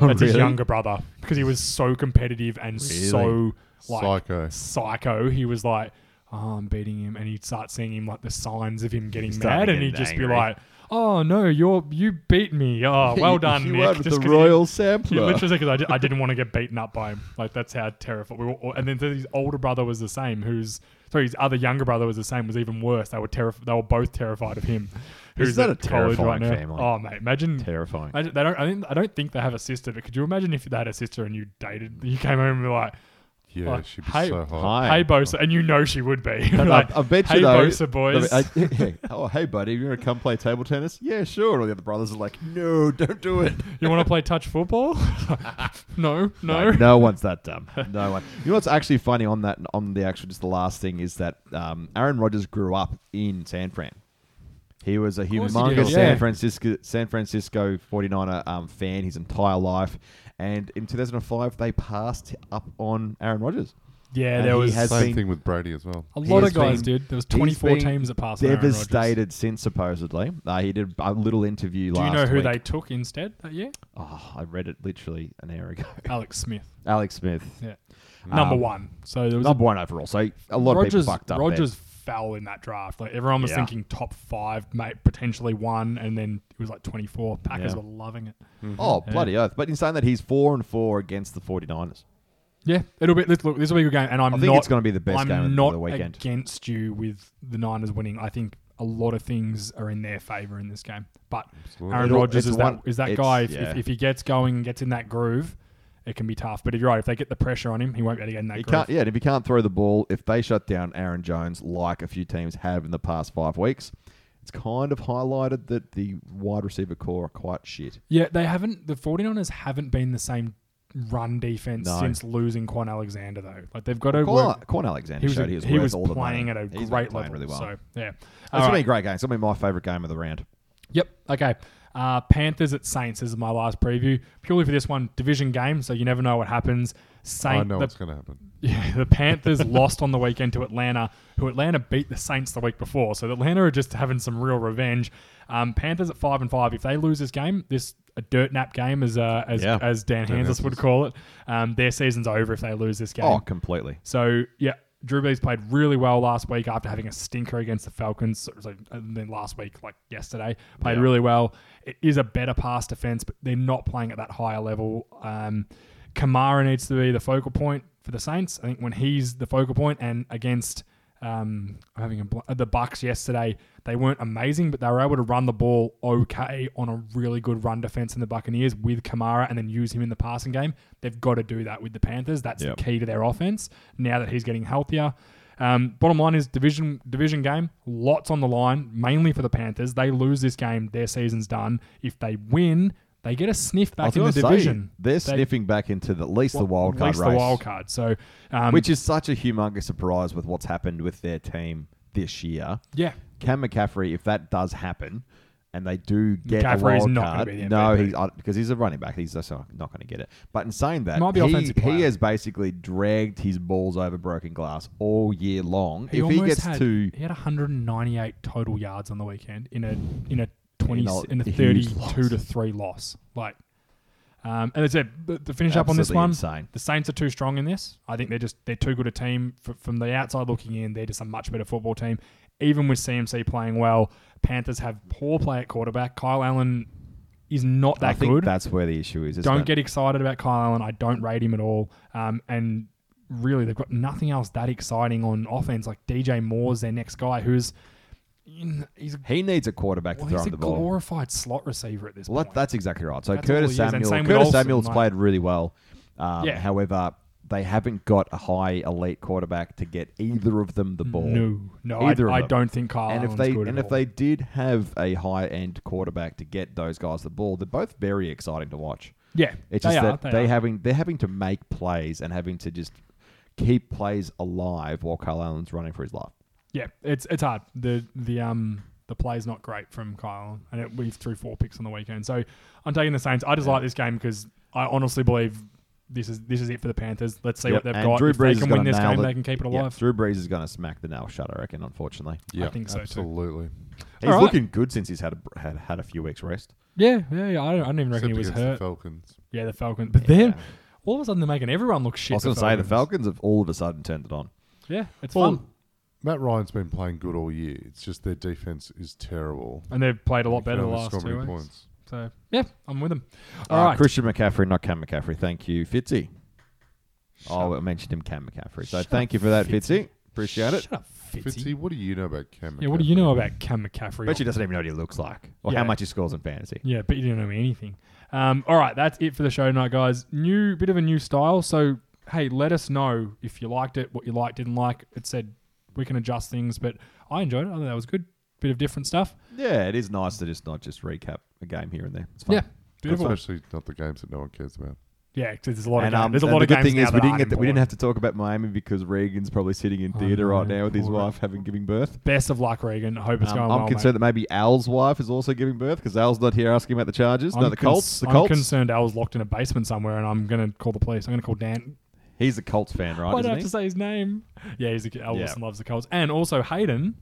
That's his
really?
younger brother because he was so competitive and so like
Psycho.
psycho. He was like, oh, I'm beating him, and he'd start seeing him like the signs of him getting
started
mad, and
getting
he'd just be
angry.
like. Oh no! You're you beat me. Oh, well done,
you
Nick.
won with
Just
the
'cause you-
Royal
you
Sampler.
literally because I, di- I didn't want to get beaten up by him. Like that's how terrified we were. all- And then his older brother was the same. Who's sorry, his other younger brother was the same. Was even worse. They were terrified. They were both terrified of him. Who's
that
at
a
college
terrifying
now.
family?
Oh mate, imagine
Terrifying.
imagine- they don't. I, think, I don't think they have a sister. But could you imagine if they had a sister and you dated? You came home and were like,
Yeah,
Like,
she'd be
hey-
so hot.
Hi.
"Hey Bosa," and you know she would be.
And
like,
uh, I, I bet
hey,
you though,
Bosa boys.
I- I- oh, hey, buddy, you want to come play table tennis? Yeah, sure. And all the other brothers are like, no, don't do it.
you want to play touch football? no, no.
no one's that dumb. No one. You know what's actually funny on that, on the actual, just the last thing is that um, Aaron Rodgers grew up in San Fran. He was a
course he did.
humongous
Yeah.
San Francisco San Francisco 49er um, fan his entire life, and in 2005 they passed up on Aaron Rodgers.
Yeah,
And
there
he
was
has
Same
been-
thing with Brady as well.
A lot
He's
of guys
been-
did. There was
he's
24
been
teams that passed. on Aaron Rodgers.
Devastated since supposedly, uh, he did a little interview
Do
last.
you know who
week.
they took instead that year?
Oh, I read it literally an hour ago.
Alex Smith.
Alex Smith,
Yeah, number
Um,
one. So there was
number one overall. So a lot of
Rogers.
people fucked up. there.
Rogers fell in that draft. Like everyone was
Yeah.
thinking top five, mate, potentially one, and then it was like 24. Packers
Yeah.
were loving it.
Oh, bloody oath. But in saying that, he's four and four against the 49ers.
Yeah, it'll be. Let's look. This will be a good game, and I'm
I think
not.
it's going to be the best
I'm
game of
not
the weekend.
against you with the Niners winning. I think a lot of things are in their favor in this game. But Aaron
It'll-
Rodgers
it's
is that
one-
is that
it's-
guy. If,
yeah.
if, if he gets going and gets in that groove, it can be tough. But if you're right, if they get the pressure on him, he won't be able to get in that
You
groove.
can't, yeah, and if you can't throw the ball, if they shut down Aaron Jones like a few teams have in the past five weeks, it's kind of highlighted that the wide receiver core are quite shit.
Yeah, they haven't. The 49ers haven't been the same run defense
No.
since losing Quan Alexander though. Like they've got to
Quan,
work.
Quan Alexander
He was,
showed he was,
he
worth
was
all the
playing
money.
at
He's
a
been
great
playing
level.
really well.
So yeah,
it's
All
going to be a
right.
great game. It's going to be my favourite game of the round.
Yep. Okay. Uh, Panthers at Saints is my last preview. Purely for this one, division game, so you never know what happens. Saint,
I know
the,
what's going to happen.
yeah, the Panthers lost on the weekend to Atlanta, who Atlanta beat the Saints the week before. So Atlanta are just having some real revenge. Um, Panthers at five and five. If they lose this game, this a dirt nap game, as uh, as,
Yeah.
as Dan Hansis would call it, um, their season's over if they lose this game.
Oh, completely.
So yeah, Drew Brees played really well last week after having a stinker against the Falcons. So, so- and then last week, like yesterday, played really well. It is a better pass defense, but they're not playing at that higher level. Um, Kamara needs to be the focal point for the Saints. I think when he's the focal point, and against um, I'm having a bl- uh, the Bucks yesterday, they weren't amazing, but they were able to run the ball okay on a really good run defense in the Buccaneers with Kamara, and then use him in the passing game. They've got to do that with the Panthers. That's
Yep.
the key to their offense now that he's getting healthier. Um, bottom line is division division game, lots on the line, mainly for the Panthers. They lose this game, their season's done. If they win, they get a sniff
I was
back in the
gonna say,
division.
they're
They-
sniffing back into the, at least the
well,
wild
at
card
least
race.
the wild card. So, um,
Which is such a humongous surprise with what's happened with their team this year.
yeah,
Cam McCaffrey, if that does happen, and they do get a
McCaffrey is
wild
not gonna
card,
be the
no,
MVP.
he's because he's a running back. He's just not going to get it. But in saying that,
Might be
he,
offensive player.
he has basically dragged his balls over broken glass all year long.
he
if he
almost
gets
had,
to
he had 198 total yards on the weekend in a in a 20
In a-
in a
a huge
32
loss.
to three loss. Like, um, and it's a but to finish up on this
Absolutely
one.
insane.
The Saints are too strong in this. I think they're just they're too good a team F from the outside looking in. They're just a much better football team. Even with CMC playing well, Panthers have poor play at quarterback. Kyle Allen is not that
I think
good.
that's where the issue is. It's
don't
that-
get excited about Kyle Allen. I don't rate him at all. Um, and really, they've got nothing else that exciting on offense. Like DJ Moore's their next guy, who's he's
He needs a quarterback
well,
to throw
he's
him
a
the ball.
glorified slot receiver at this
Well, that-
point.
that's exactly right. So
That's all he
Curtis
is. And
Samuel,
same with
Curtis
Olsen,
Samuel's
like-
played really well. Um,
Yeah.
However, they haven't got a high elite quarterback to get either of them the ball.
No. No, I-
Either of
I
them.
don't think Kyle
And if
Allen's
they
good at
and if
all.
they did have a high end quarterback to get those guys the ball, they're both very exciting to watch.
Yeah,
it's
they
just
are,
that
they
they,
are.
having they're having to make plays and having to just keep plays alive while Kyle Allen's running for his life.
yeah, it's it's hard. The the um the play's not great from Kyle, and it, we threw four picks on the weekend. So I'm taking the Saints. I just like this game because I honestly believe this is this is it for the Panthers. Let's see
Yep,
what they've
and
got.
Drew
if
Brees
they
is
can
gonna
win this
nail
game,
it.
they can keep it
Yeah,
alive.
Drew Brees is going to smack the nail shut, I reckon. Unfortunately,
Yeah,
think so too.
absolutely.
he's
All right.
looking good since he's had a, had had a few weeks rest.
Yeah, yeah, yeah. I don't, I don't even reckon
Except
he was
against the
hurt.
Falcons.
yeah, the Falcons. But then all of a sudden they're making everyone look shit.
I was going to say the Falcons have all of a sudden turned it on.
Yeah, it's
Well,
fun,
Matt Ryan's been playing good all year. It's just their defense is terrible.
and they've played a lot better the
They only
last
score
two
many
weeks.
points.
So yeah, I'm with them. All
Uh,
right,
Christian McCaffrey, not Cam McCaffrey. Thank you, Fitzy. Oh, I mentioned him, Cam McCaffrey. So
Shut
thank
up,
you for that,
Fitzy.
Fitzy. Appreciate it.
Shut up, Fitzy.
Fitzy, what do you know about Cam?
Yeah, what do you know
McCaffrey?
about Cam McCaffrey?
Bet she doesn't even know what he looks like or
Yeah.
how much he scores in fantasy.
Yeah, but you didn't know me anything. Um, all right, that's it for the show tonight, guys. New bit of a new style. So hey, let us know if you liked it, what you liked, didn't like. It said we can adjust things, but I enjoyed it. I thought that was good. Bit of different stuff.
Yeah, it is nice to just not just recap a game here and there. It's fun.
Yeah, beautiful.
Especially not the games that no one cares about.
Yeah, 'cause there's a lot
And
of
um,
games. there's a
and
lot
the
of
good
games
thing
now
is we
that
didn't
aren't
get to, we didn't
important.
have to talk about Miami because Regan's probably sitting in
I
theater right
know,
now with his
poor
wife having giving birth.
Best of luck, Regan. I hope it's
Um,
going
I'm
well.
concerned
mate.
that maybe Al's wife is also giving birth because Al's not here asking about the Chargers. no,
I'm
the
cons-
Colts. The
I'm
Colts.
concerned I was locked in a basement somewhere, and I'm gonna call the police. I'm gonna call Dan.
He's a Colts fan, right?
Why do
isn't
I have
he?
to say his name? Yeah, he's a, Al
Yeah.
Wilson loves the Colts, and also Hayden.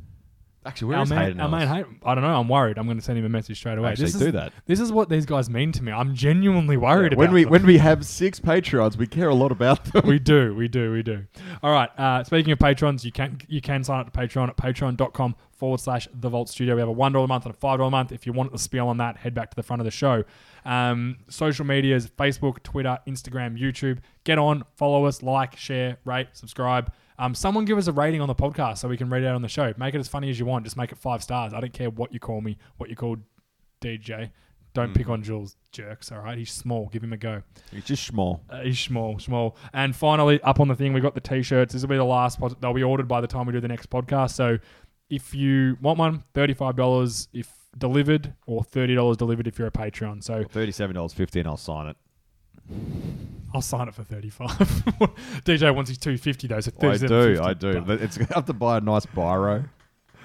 Actually, where
our
is
man,
Hayden
our man
Ellis?
Hayden. I don't know. I'm worried. I'm going to send him a message straight away.
Actually,
this
do
is,
that.
This is what these guys mean to me. I'm genuinely worried
when
about
we
them.
when we have six Patreons, we care a lot about them.
we do, we do, we do. All right. Uh, speaking of patrons, you can you can sign up to Patreon at patreon.com forward slash the Vault Studio. We have a one dollar a month and a five dollar a month. If you want the spiel on that, head back to the front of the show. Um, social medias: Facebook, Twitter, Instagram, YouTube. Get on, follow us, like, share, rate, subscribe. Um, someone give us a rating on the podcast so we can read it out on the show. Make it as funny as you want. Just make it five stars. I don't care what you call me, what you call DJ. Don't pick on Jules jerks. All right, he's small. Give him a go.
It's just small.
Uh, he's small, small. And finally, up on the thing, we got the t-shirts. This will be the last. Pod- they'll be ordered by the time we do the next podcast. So, if you want one, thirty-five dollars if delivered, or thirty dollars delivered if you're a Patreon. So
Thirty-seven dollars fifteen. I'll sign it.
I'll sign it for thirty-five. DJ wants his two fifty though. So
I do.
37.50.
I do. But It's gonna have to buy a nice biro.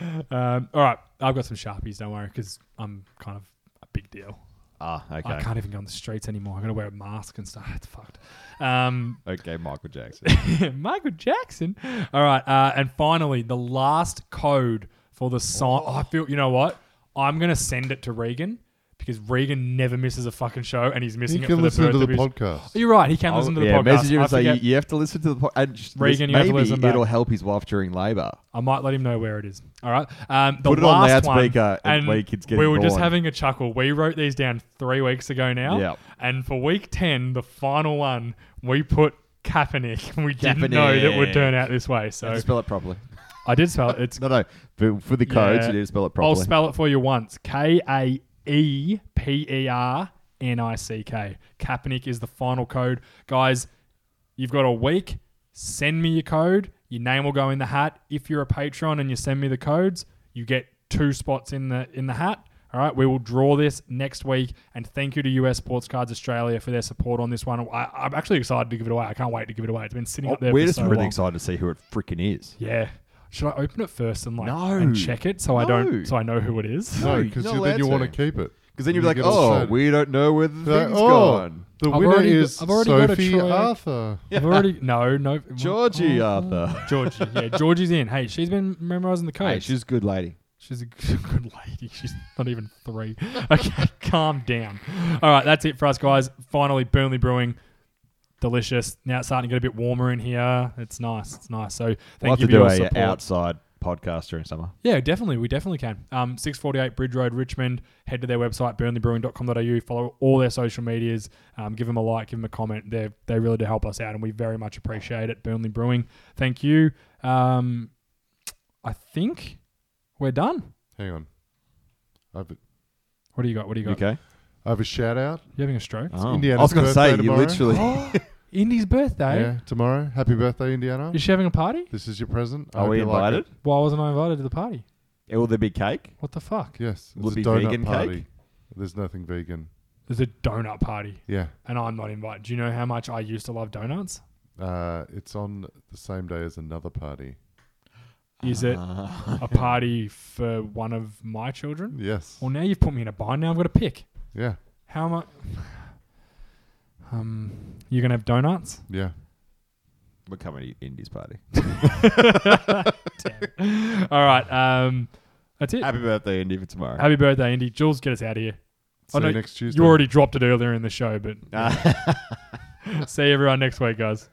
Um, all right, I've got some sharpies. Don't worry, because I'm kind of a big deal.
Ah,
I
okay.
can't even go on the streets anymore. I got to wear a mask and stuff. It's fucked. Um,
Okay, Michael Jackson.
Michael Jackson. All right, uh, and finally, the last code for the
Oh.
sign. I feel you know what? I'm gonna send it to Regan because Regan never misses a fucking show, and he's missing
You
it
can
for
listen
the
to
birth
the
of his-
podcast.
You're right. He can listen to the
yeah,
podcast.
message him
I,
and say you,
forget-
you have to listen to the po- and just
Regan, you have to
maybe
listen back.
it'll help his wife during labor.
I might let him know where it is. All right. Um, the
Put it on
last one,
loudspeaker and
and
when your kid's
we
getting
were just
born.
having a chuckle. We wrote these down three weeks ago now.
Yep.
And for week ten, the final one, we put Kaepernick, and we didn't know that would turn out this way. So
Just spell it properly.
I did spell it. It's
No, no. For, for the codes,
Yeah.
you need to spell it properly.
I'll spell it for you once. K A E P E R N I C K. Kaepernick is the final code. Guys, you've got a week. Send me your code. Your name will go in the hat. If you're a patron and you send me the codes, you get two spots in the in the hat. All right, we will draw this next week, and thank you to US Sports Cards Australia for their support on this one. I, I'm actually excited to give it away. I can't wait to give it away. It's been sitting
Oh,
up there.
we're
for
just
so
really
long.
excited to see who it freaking is.
Yeah. Should I open it first and like
No.
and check it so I
No.
don't so I know who it is?
No,
you're
because
not
then you
allowed
want to
to.
keep it.
Because then you'd be like,
get all
oh,
sad.
we don't know where the
Be like,
thing's
oh,
gone.
the
I've
winner
already got-
is
I've already got a
Sophie
Troy-
Arthur.
I've already no no Oh.
Georgie Arthur.
Georgie yeah Georgie's in. Hey, she's been memorizing the code.
Hey, she's a good lady.
She's a g- good lady. She's not even three. Okay, calm down. All right, that's it for us, guys. Finally, Burnley Brewing. Delicious. Now it's starting to get a bit warmer in here. It's nice. It's nice. So
We'll have
thank
to
you for
do
your
a
support.
outside podcast during summer.
Yeah, definitely. We definitely can. Um, 648 Bridge Road, Richmond. Head to their website, burnleybrewing.com.au. Follow all their social medias. Um, give them a like, give them a comment. They they really do help us out, and we very much appreciate it. Burnley Brewing, thank you. Um, I think we're done.
Hang on. I've,
What do you got? What do you
You
got?
okay?
I have a shout out.
You having a stroke?
Oh.
Indiana's
I was going to say,
birthday
you
tomorrow.
literally.
Indy's birthday.
Yeah, tomorrow. Happy birthday, Indiana.
Is she having a party?
This is your present. I
Are
hope
we
you like
invited?
it.
Why wasn't I invited to the party?
Will there be cake?
What the fuck?
Yes.
Will
It's
it
a
be
donut
vegan cake?
party. There's nothing vegan.
There's a donut party,
Yeah.
and I'm not invited. Do you know how much I used to love donuts?
Uh, it's on the same day as another party.
Is
Uh,
it a party for one of my children?
Yes.
Well, now you've put me in a bind. Now I've got to pick.
Yeah.
How am I? Um, you're gonna have donuts?
Yeah.
We're coming to Indy's party.
All right. Um, that's it. Happy,
Happy birthday, Indy, for tomorrow.
birthday, Indy. Jules, get us out of here.
See
no,
you next Tuesday.
You already dropped it earlier in the show, but see everyone next week, guys.